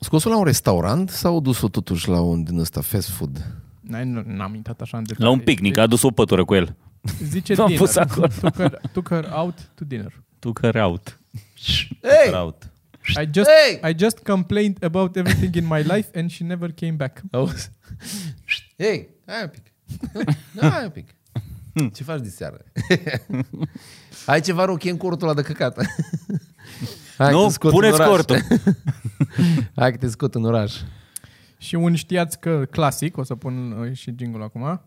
Scos-o la un restaurant sau dus-o totuși la un din ăsta fast food?
N-ai- nu- N-am intrat așa în detalii.
La un picnic, a adus o pătură cu el.
Zice
L-am
dinner.
pus acolo.
Took her, took her out to dinner.
Tu că raut.
Ei!
Raut.
I just,
Hey!
I just complained about everything in my life and she never came back.
Auzi? Ei, hai un pic. hai un pic. Ce faci de seară? Ai ceva rochie în cortul ăla de căcat. Hai că
Nu,
te scot în
puneți
oraș.
cortul.
Hai că te scot în oraș.
Și un știați că clasic, o să pun uh, și jingle acum.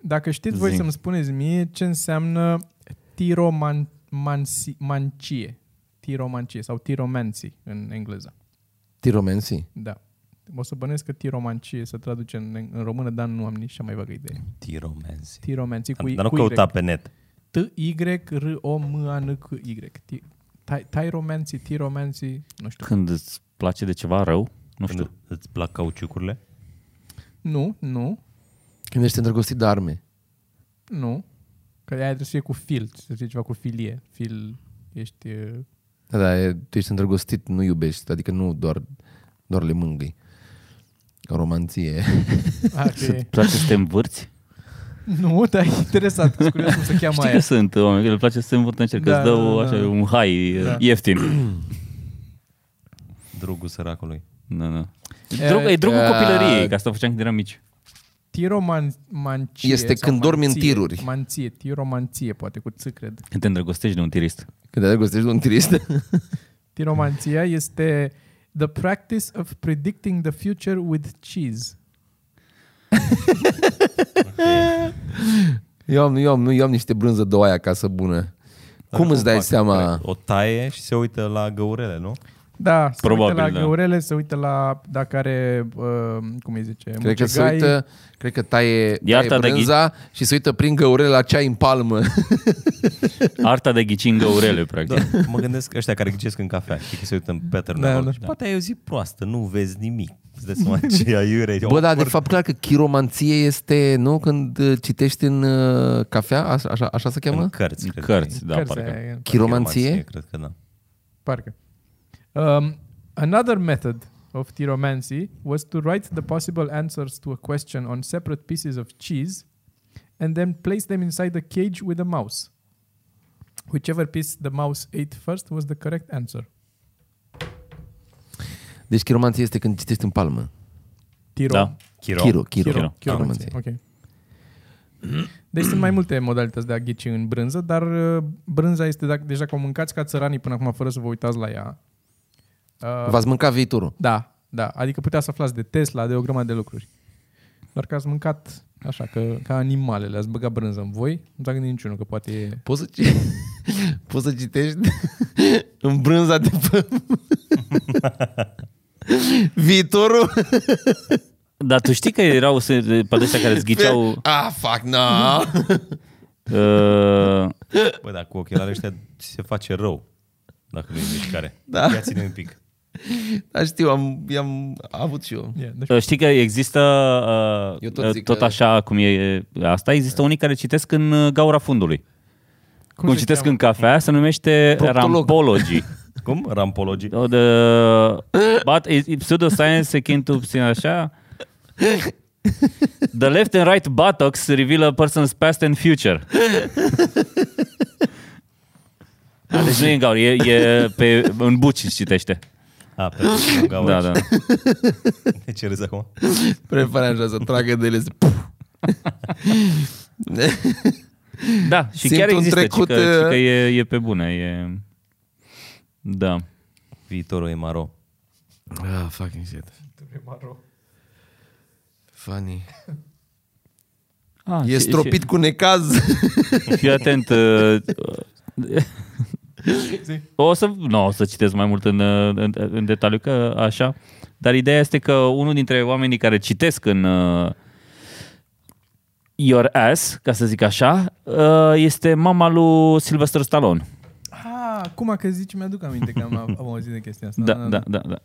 Dacă știți voi
Zi.
să-mi spuneți mie ce înseamnă tiromancie. Tiromancie sau tiromancy în engleză.
Tiromensi.
Da. O să bănesc că tiromancie se traduce în, în română, dar nu am nici cea mai vagă idee.
Tiromenzi.
Tiromanții cu
Dar dar nu
cu
căuta
Y.
pe net.
T-Y-R-O-M-A-N-C-Y. Ti- tai- Tiromanții, tiromanții, nu știu.
Când îți place de ceva rău, nu
Când
știu.
îți plac cauciucurile?
Nu, nu,
Când ești îndrăgostit de arme.
nu. Că aia trebuie să fie cu fil, să fie ceva cu filie. Fil, ești... uh, e,
Da, da, e- tu ești îndrăgostit, nu iubești, adică nu doar, doar le mângâi. Romanție.
A, că e-
Îți place să te învârți?
nu, dar e interesant, sunt curios cum se cheamă
Știi
aia.
că sunt oameni care le place să se învârte în cerc, că
Da,
îți dă o-
da, da.
așa, un hai
Da.
da. ieftin.
Drogul săracului.
Nu, nu.
E,
Da, E drogul, e drogul
da.
copilăriei, că asta făceam când eram mici.
Tiromancie.
Este
sau
când dormi în
manție.
tiruri.
Manție, tiromanție, poate, cu ț, cred.
Când te îndrăgostești de un tirist.
Când te îndrăgostești de un tirist.
Tiromanția este the practice of predicting the future with cheese.
Eu am, eu, am, nu, eu am niște brânză de oaia acasă bună. Cum îți dai
fac?
seama?
O taie și se uită la găurele, nu?
Da, se
Probabil,
uită la
da.
găurele, se uită la dacă are, uh, cum îi zice,
Cred că se
mucegai.
uită, cred că taie,
Iartă
taie
de ghi-
brânza și se uită prin găurele la ceai în palmă.
Arta de ghici în găurele, practic.
Da, mă gândesc ăștia care ghicesc în cafea și că se uită în pattern
Da,
da,
da.
da. Poate ai o zi proastă, nu vezi nimic. Îți dai seama ce aiure.
Bă, dar de fapt clar că chiromanție este, nu? Când uh, citești în uh, cafea, a- așa, așa se cheamă?
În cărți, cred.
Cărți, da,
Cărți
parcă.
aia e,
Chiromanție?
Cred că da.
Parcă. Um, another method of chiromancy was to write the possible answers to a question on separate pieces of cheese and then place them inside a cage with a mouse. Whichever piece the mouse ate first was the correct answer.
Deci chiromanție este când citești în palmă.
Tiro.
Da.
Chiro.
Chiro, chiro.
Chiro.
Chiromanție.
Chiromanție. Ok. Deci sunt mai multe modalități de a ghici în brânză, dar uh, brânza este dacă deja că o mâncați ca țăranii până acum fără să vă uitați la ea. Uh,
V-ați mâncat viitorul.
Da, da. Adică putea să aflați de Tesla, de o grămadă de lucruri. Doar că ați mâncat așa, că, ca animalele, ați băgat brânză în voi, nu s-a gândit niciunul că poate e...
Poți să, ci- poți să citești în brânza de pe... Viitorul?
Dar tu știi că erau se- pe ăștia care zghiceau...
Ah, fuck, no!
Uh,
Bă, dar cu ochelarii ăștia ți se face rău dacă nu e mișcare.
Da.
Ia ține un pic.
Dar știu, am, i-am avut și eu.
Yeah, deci,
uh, știi că există
Eu
uh,
tot
tot,
zic
tot
că-
așa cum e asta, există unii care citesc în uh, gaura fundului. Cum, cum
se
citesc
cheamă?
în cafea, se numește
Proctolog.
rampologii.
Cum? Rampologii?
Oh, the but is is pseudoscience akin to puțin așa? The left and right buttocks reveal a person's past and future. A, Deci nu e în gaură, e, e pe, în buci îți citește.
A, pe
Da, da.
De ce râzi acum?
Prefera așa să tragă de ele. să-
Da, și
Simt
chiar
un
există,
trecut,
trecut, că, ci că
uh,
e, e pe bune. E... Da.
Viitorul e maro.
ah, fucking shit. Funny.
A,
E stropit cu necaz.
Fii, fii atent. uh, O să, nu, o să citesc mai mult în, uh, în, în detaliu, că așa. Dar ideea este că unul dintre oamenii care citesc în uh, Your Ass, ca să zic așa, uh, este mama lui Sylvester Stallone.
Ah, acum că zici, mi-aduc aminte că am, am auzit de chestia asta.
Da,
Ah.
da, da, da.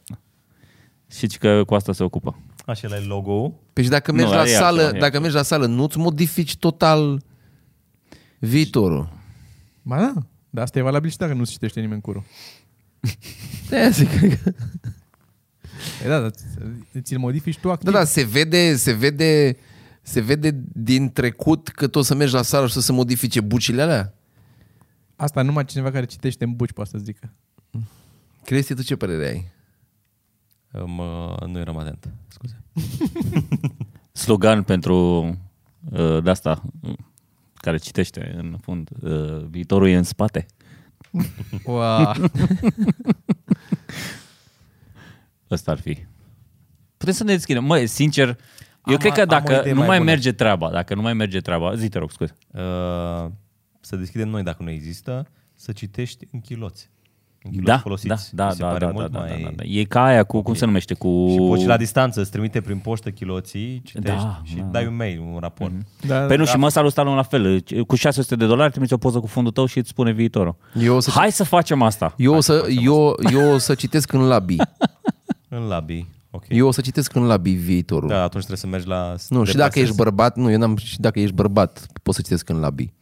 Și zici că cu asta se ocupă.
Așa e logo-ul.
Păi și dacă mergi
Nu,
la
e altceva, e
sală, dacă
altceva.
mergi la sală, nu-ți modifici total viitorul.
Ba da, dar asta e valabil și dacă nu se citește nimeni curul.
De zic, adică- cred că...
E da, dar ți- ți-l modifici tu activ.
Da, da, se vede, se vede, se vede din trecut că tot să mergi la sală și să se modifice bucile alea?
Asta numai cineva care citește în buci poate să zică.
Crezi tu ce părere ai?
Mă, uh, nu eram atent. Scuze.
Slogan pentru uh, de asta uh, care citește în fund. Uh, viitorul e în spate.
Wow.
Ăsta ar fi. Putem să ne deschidem. Măi, sincer, eu
Am-
am, cred că
am o
dacă
idee
nu mai,
mai bună.
merge treaba, dacă nu mai merge treaba, zi te rog, scuze.
Uh, să deschidem noi dacă nu există, să citești în chiloți. În chiloți
Da, da,
folosiți.
da,
Mi se
da, da,
pare
da,
mult
da, da,
mai-
da, da. E ca aia cu, cum se numește, cu...
Și poți și la distanță, îți trimite prin poștă chiloții, citești
Da,
și
da,
dai un mail, un raport.
Da,
Păi nu, și măsa lui Stallone la fel. Cu 600 de dolari trimiți o poză cu fondul tău și îți spune viitorul.
Eu o să,
Hai să facem asta.
eu, o să, eu, eu o să citesc în labii.
În labii. Ok.
Eu o să citesc în labii viitorul.
Da, atunci trebuie să mergi la...
Nu, și dacă ești bărbat, nu, eu n-am, și dacă ești bărbat, poți să citesc în labii.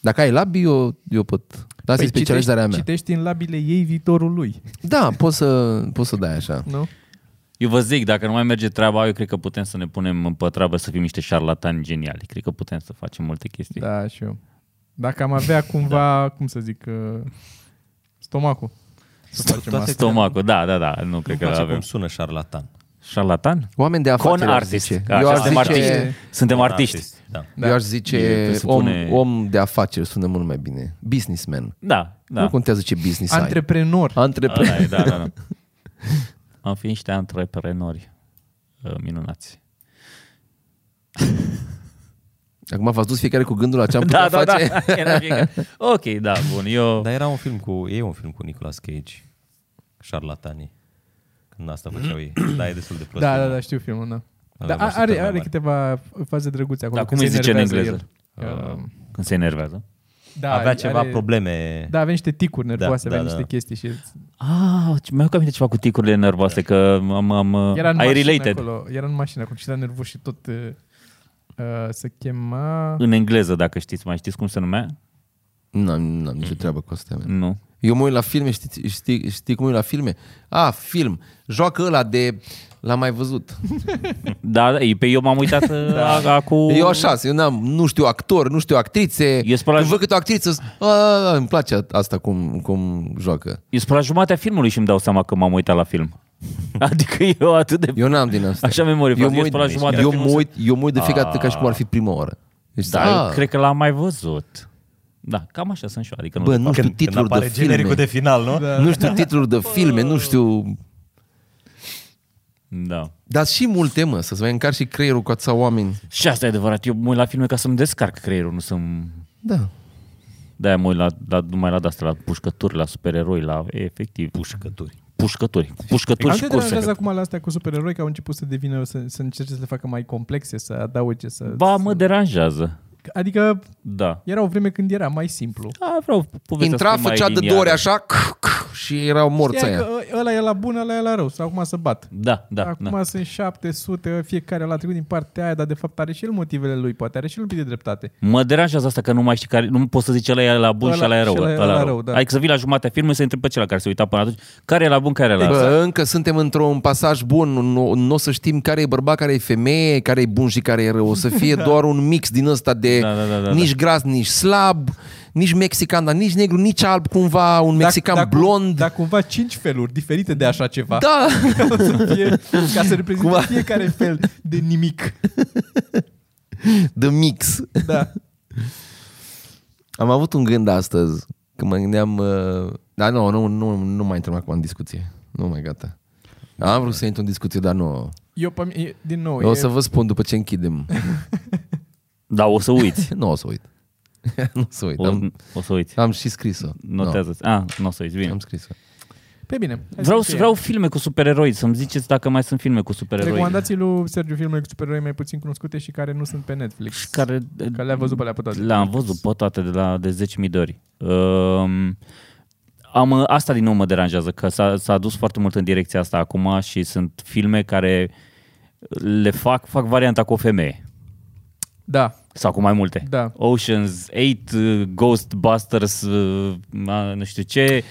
Dacă ai labii, eu, eu pot. Dar
Păi
Păi,
asta e specializarea mea.
Citești în labile ei viitorul lui,
Da, poți să, poți să dai așa.
nu?
Eu vă zic, dacă nu mai merge treaba, eu cred că putem să ne punem pe treabă să fim niște șarlatani geniali. Cred că putem să facem multe chestii.
Da, și eu. Dacă am avea cumva, da. cum să zic, uh, stomacul. Să facem asta.
Stomacul, da, da, da, nu cred
Îmi
că
place
avem.
cum sună șarlatan.
Șarlatan?
Oameni de afaceri,
Con
aș
artist.
zice.
Că
Eu
așa
aș
suntem
zice,
artiști. Suntem
Con
artiști.
artist. Da.
Da. Eu aș zice
E,
e,
trebuie să
om,
pune-
om de afaceri sună mult mai bine. Businessman.
Da,
Da.
da.
Nu contează ce business ai.
Antreprenor.
Antreprenor.
Ăla e, da, da, da. Am fi niște antreprenori uh, minunați.
Acum v-ați dus fiecare cu gândul la ce am
Da,
putea
da, da.
face.
Era fiecare. ok, da, bun. Eu...
Dar era un film cu, e un film cu Nicolas Cage, Șarlatanii, când asta
Mhm.
făceau ei. Da, e destul de prost.
Da, da,
filmul.
da, știu filmul, da.
Ăla
Dar
vreau să
are,
termin
are
mai.
câteva faze drăguțe acolo.
Dar cum
când
îi
se
zice în
enervează
engleză?
el. Uh,
Când se enervează.
Da,
Ah. Avea
are-
ceva
are-
probleme.
Da, avea niște ticuri nervoase,
da,
avea
da.
niște chestii și
Ah, mi-au cam ceva cu ticurile nervoase, că am... am
era în
ai
mașină
related.
acolo, era în mașină acolo și era nervos și tot uh, uh, se chema
În engleză, dacă știți. Mai știți cum se numea?
Nu, nu, am nicio treabă cu asta. Man.
Nu.
Eu mă uit la filme, știi, știi, știi cum e la filme? Ah, film. Joacă ăla de... L-am mai văzut.
Da, da, e- pe eu m-am uitat da. a, a, cu...
Eu așa, eu n-am, nu știu actor, nu știu actrițe.
Eu sunt pe la-
Când văd câte o actriță, a, îmi place asta cum, cum joacă.
Eu spun la jumatea filmului și îmi dau seama că m-am uitat la film. Adică eu atât de...
Eu n-am din asta.
Așa memorie
eu
față.
mă
Eu
uit,
spun la jumatea
eu mă
filmului
uit, eu mă uit de fiecare dată ca și cum ar fi prima oară. Deci,
Da, eu
a,
cred că l-am mai văzut. Da, cam așa sunt și eu. Adică nu
Bă, nu știu
Când
titluri de
apare
filme.
genericul de final, nu?
Nu știu titluri de filme, nu știu...
Da.
Dar și multe, mă, să-ți mai încar și creierul cu atâția oameni.
Și asta e adevărat. Eu mă uit la filme ca să-mi descarc creierul, nu să-mi...
Da.
Da, mă uit la, la, numai la de-astea, la pușcături, la supereroi, la e, efectiv
Pușcături.
pușcături. Pușcături
Am
Păi și curse.
te Păi deranjează acum la astea cu supereroi că au început să devină, să, să încerce să le facă mai complexe, să adauge, să...
Ba, mă deranjează.
Adică
Da.
era o vreme când era mai simplu.
A, Da, vreau povestea
Intra,
să fie mai
făcea de două
liniară.
ori așa c- c- și erau morți
Știai
aia.
că ă, ăla e la bun, ăla e la rău. Sau acum să bat.
Da, da,
acum
da.
sunt 700, fiecare l-a trecut din partea aia, dar de fapt are și el motivele lui, poate are și el un pic de dreptate.
Mă deranjează asta că nu mai știi care, nu poți să zici ăla e la bun
Ăla-
și ăla e rău.
și ăla e
Ăla
la
rău.
rău, da.
Adică să vii la jumatea filmului să întrebi pe cel care se uita până atunci, care e la bun, care e la
Exact.
rău.
Bă, încă suntem într-un pasaj bun, nu, nu o să știm care e bărbat, care e femeie, care e bun și care e rău. O să fie Da. doar un mix din ăsta de
Da, da, da, da,
nici gras, nici slab, nici mexican, dar nici negru, nici alb, cumva un mexican
dacă,
blond.
Dacă cumva cinci feluri diferite de așa ceva.
da,
Ca să, fie, ca să reprezinte cumva. fiecare fel de nimic.
de mix.
Da.
Am avut un gând astăzi, când mă gândeam... uh, Dar nu, nu, nu, nu mai intrăm acum în discuție. Nu mai gata. Am vrut să intru în discuție, dar nu.
Eu, pe mine- e- din nou,
Eu o
e-
să vă spun după ce închidem.
Da, o să uiți.
Nu o să uit. nu o să uit.
O,
Am,
o să uiți.
am și scris-o. Nu,
Notează-ți. A, nu o să uiți, bine.
Am scris-o.
Pe bine. hai
Vreau,
încheiem.
vreau filme cu supereroi, să-mi ziceți dacă mai sunt filme cu supereroi.
Recomandații lui Sergiu filme cu supereroi mai puțin cunoscute și care nu sunt pe Netflix.
Și care,
Că le-a văzut pe alea pe toate.
Le-am văzut pe toate de, la, de 10.000 de ori. Um, am, asta din nou mă deranjează, că s-a, s-a dus foarte mult în direcția asta acum și sunt filme care le fac, fac varianta cu o femeie.
Da,
Sau cu mai multe.
Da.
Ocean's 8, uh, Ghostbusters, uh, ma- nu știu ce,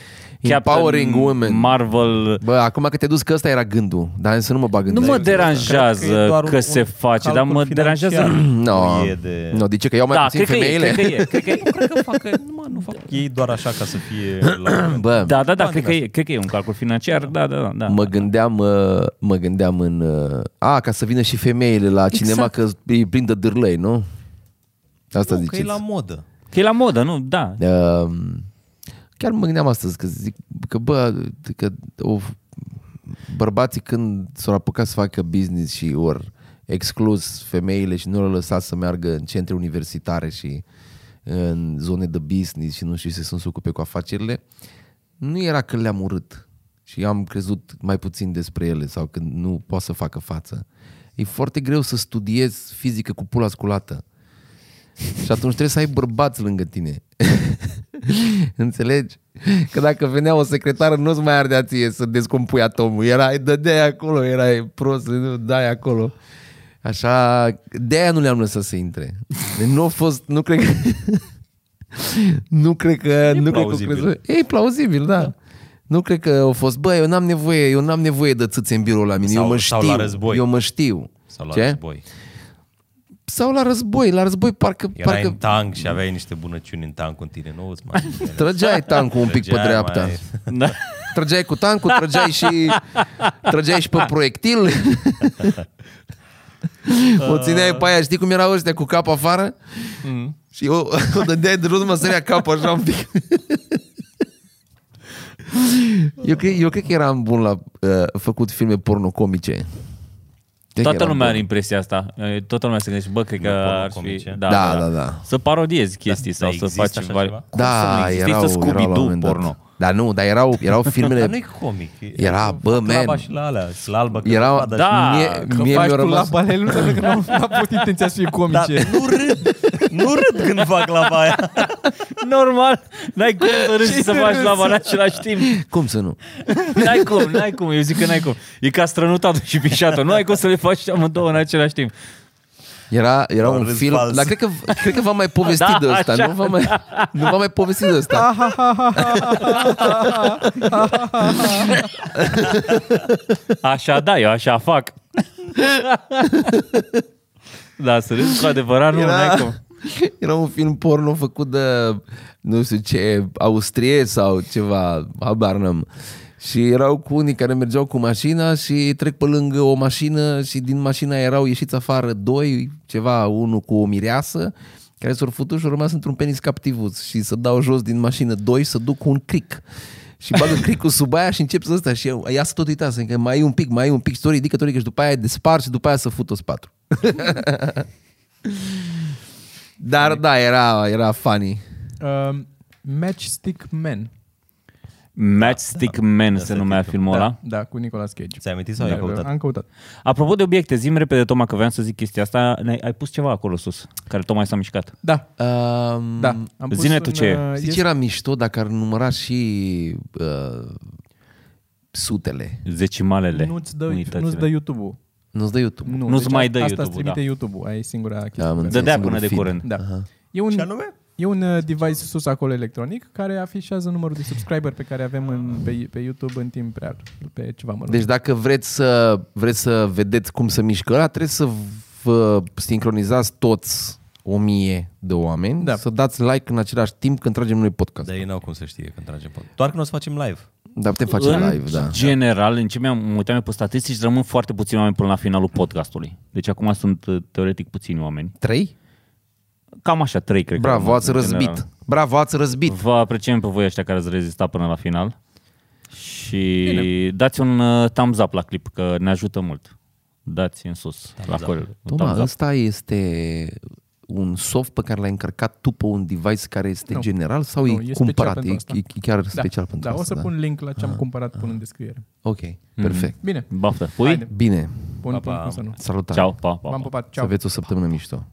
Empowering Women.
Marvel.
Bă, acum că te-ai dus că ăsta era gândul, dar să nu mă bag în
Nu mă
direct.
Cred
deranjează
e doar
că,
un-
că se
un
face, dar
calcul
mă
financiar.
deranjează
No,
E de-
no, zice că iau mai
da,
puțin
cred că, e,
femeile.
cred că e, cred că e, cred că fac, nu, mă, nu fac.
Ei doar așa ca să fie la
Bă,
Da, da, da, cred că, e, cred că e un calcul financiar, da, da, da. da.
mă gândeam, uh, mă gândeam în... uh, A, ca să vină și femeile la cinema că îi prindă dârlei, nu? Asta
Nu, că e
ziceți.
la modă.
Că e la modă, nu? Da.
Uh, chiar mă gândeam astăzi că zic că bă, că o, bărbații când s-au apucat să facă business și ori exclus femeile și nu le-au lăsat să meargă în centre universitare și în zone de business și nu știu să sunt ocupe cu afacerile, nu era că le-am urât și am crezut mai puțin despre ele sau că nu pot să facă față. E foarte greu să studiezi fizică cu pula sculată. Și atunci trebuie să ai bărbați lângă tine. Înțelegi? Că dacă venea o secretară, nu-ți mai ardea ție să descompui atomul. Erai, dădeai acolo, erai prost, nu, dai acolo. Așa, de-aia nu le-am lăsat să intre. Deci nu a fost, nu cred că... nu cred că... E nu
plauzibil.
Cred că, au crezut- e plauzibil, da. da. Nu cred că au fost, bă, eu n-am nevoie, eu n-am nevoie de țâțe în birou la mine, eu
Sau-
mă știu.
sau la război.
Eu mă știu.
Sau la
Ce?
război.
Sau la război, la război parcă...
Erai
parcă...
în tank și aveai niște bunăciuni în tank cu tine, nu? Îți mai
Trăgeai tancul un pic pe
Trăgeai,
dreapta.
mai-
da.
Trăgeai cu tancul, trăgeai și, trăgeai și pe proiectil. O țineai pe aia, știi cum erau ăștia cu cap afară?
Mm.
Și o, o dădeai de rând, mă sărea capul așa un pic. Eu cred, eu cred că eram bun la uh, făcut filme pornocomice. Cred că
Toată
eram
lumea
bun.
are impresia asta. E, Toată lumea se gândește, bă, cred că
porno
ar fi...
comice.
Da, da, da.
Să parodiezi chestii
Da,
sau
dar
să
există
faci
așa
ceva.
ceva?
Cum să nu
Da,
existe?
erau,
Există
erau la un
Scooby-Doo
moment dat.
porno.
Da, nu, dar erau, erau filmele...
Dar nu-i comic. e-
Era, bă,
Claba
man.
și la alea, la albă. că
Erau,
coada și-
Da,
mie,
Că
mie
faci
mi-a
tu la
rămas...
balele, nu înseamnă că n-au- n-a fost intenția să fie
Da,
comice.
nu râd, nu râd când fac clapa aia.
Normal, n-ai cum să râzi și să
să
faci
râzi?
la în același timp.
Cum să nu?
N-ai cum, n-ai cum, eu zic că n-ai cum. E ca strănutatul și pișatul, nu ai cum să le faci amândouă în același timp.
Era, era
Un
un
râs
film,
fals.
dar cred că, cred că v-am mai povestit
Da,
de ăsta,
așa,
nu v-am mai, nu v-am mai povestit de ăsta.
Așa da, eu așa fac. Da, să râzi cu adevărat, nu, n-ai
Da,
cum.
Era un film porno făcut de, nu știu ce, austrieci sau ceva, habar n-am. Și erau cu unii care mergeau cu mașina și trec pe lângă o mașină și din mașina erau ieșiți afară doi, ceva, unul cu o mireasă, care s-au futut și au rămas într-un penis captivus și să dau jos din mașină doi să duc cu un cric. Și bagă cricul sub aia și încep să ăsta și eu, ea să tot uitase, că mai e un pic, mai e un pic, să o ridică, tot ridică și după aia despart și după aia să fut toți patru. Dar da, era, era funny.
Da.
Um, Matchstick Man.
Matchstick Man se numea filmul ăla.
Da, da, cu Nicolas Cage.
Ți-ai amintit sau
Da,
ai căutat?
Am căutat.
Apropo de obiecte, zim repede, Toma, că voiam să zic chestia asta. Ne-ai, ai pus ceva acolo sus, care tocmai s-a mișcat.
Da,
Um,
da.
Mm.
Am pus
Zine tu
un,
ce e.
uh,
Zici
este-
este... era mișto dacă ar număra și uh, sutele.
Zecimalele,
Nu-ți dă,
unitățile.
nu-ți dă YouTube-ul.
Nu-ți dă YouTube.
Nu,
Nu-ți mai dă
asta
YouTube-ul,
Asta îți trimite
da.
YouTube-ul, aia e singura chestie.
Da, am
care-
înțeles.
Dădea
Singurul
până de
feed.
curând.
da. E un,
Ce anume?
e un uh, device sus acolo electronic care afișează numărul de subscriber pe care avem în, pe, pe YouTube în timp real. Pe ceva mă rog.
Deci dacă vreți să, vreți să vedeți cum se mișcă ăla, trebuie să vă sincronizați toți o mie de oameni,
Da.
da. să dați like în același timp când tragem noi podcast.
Dar ei n-au cum să știe când tragem pod. Doar când o să facem live.
Dar putem face
în
live, da.
general, în ce mi-am uitat eu pe statistici, rămân foarte puțini oameni până la finalul podcastului. Deci acum sunt uh, teoretic puțini oameni.
Trei?
Cam așa, trei, cred că.
Bravo,
rămân,
ați
în
răzbit.
general.
Bravo, ați răzbit.
Vă apreciem pe voi ăștia care ați rezistat până la final. Și dați un uh, thumbs up la clip, că ne ajută mult. Dați în sus, la acolo. un
Toma,
Thumbs up.
ăsta este un soft pe care l-ai încărcat tu pe un device care este
Nu.
nu. general sau
Nu, e
nu, e
special
cumpărat?
pentru
E,
asta.
e chiar special pentru
da,
asta.
o să pun link la ce am cumpărat pun în descriere.
Ok, perfect.
Bine,
Baftă. Pui?
Haide.
Bine,
pun,
Pa,
pun,
pa.
cum să nu.
salutare.
Ciao, pa, pa,
M-am
pa.
pupat,
Să
ceau.
aveți o săptămână mișto.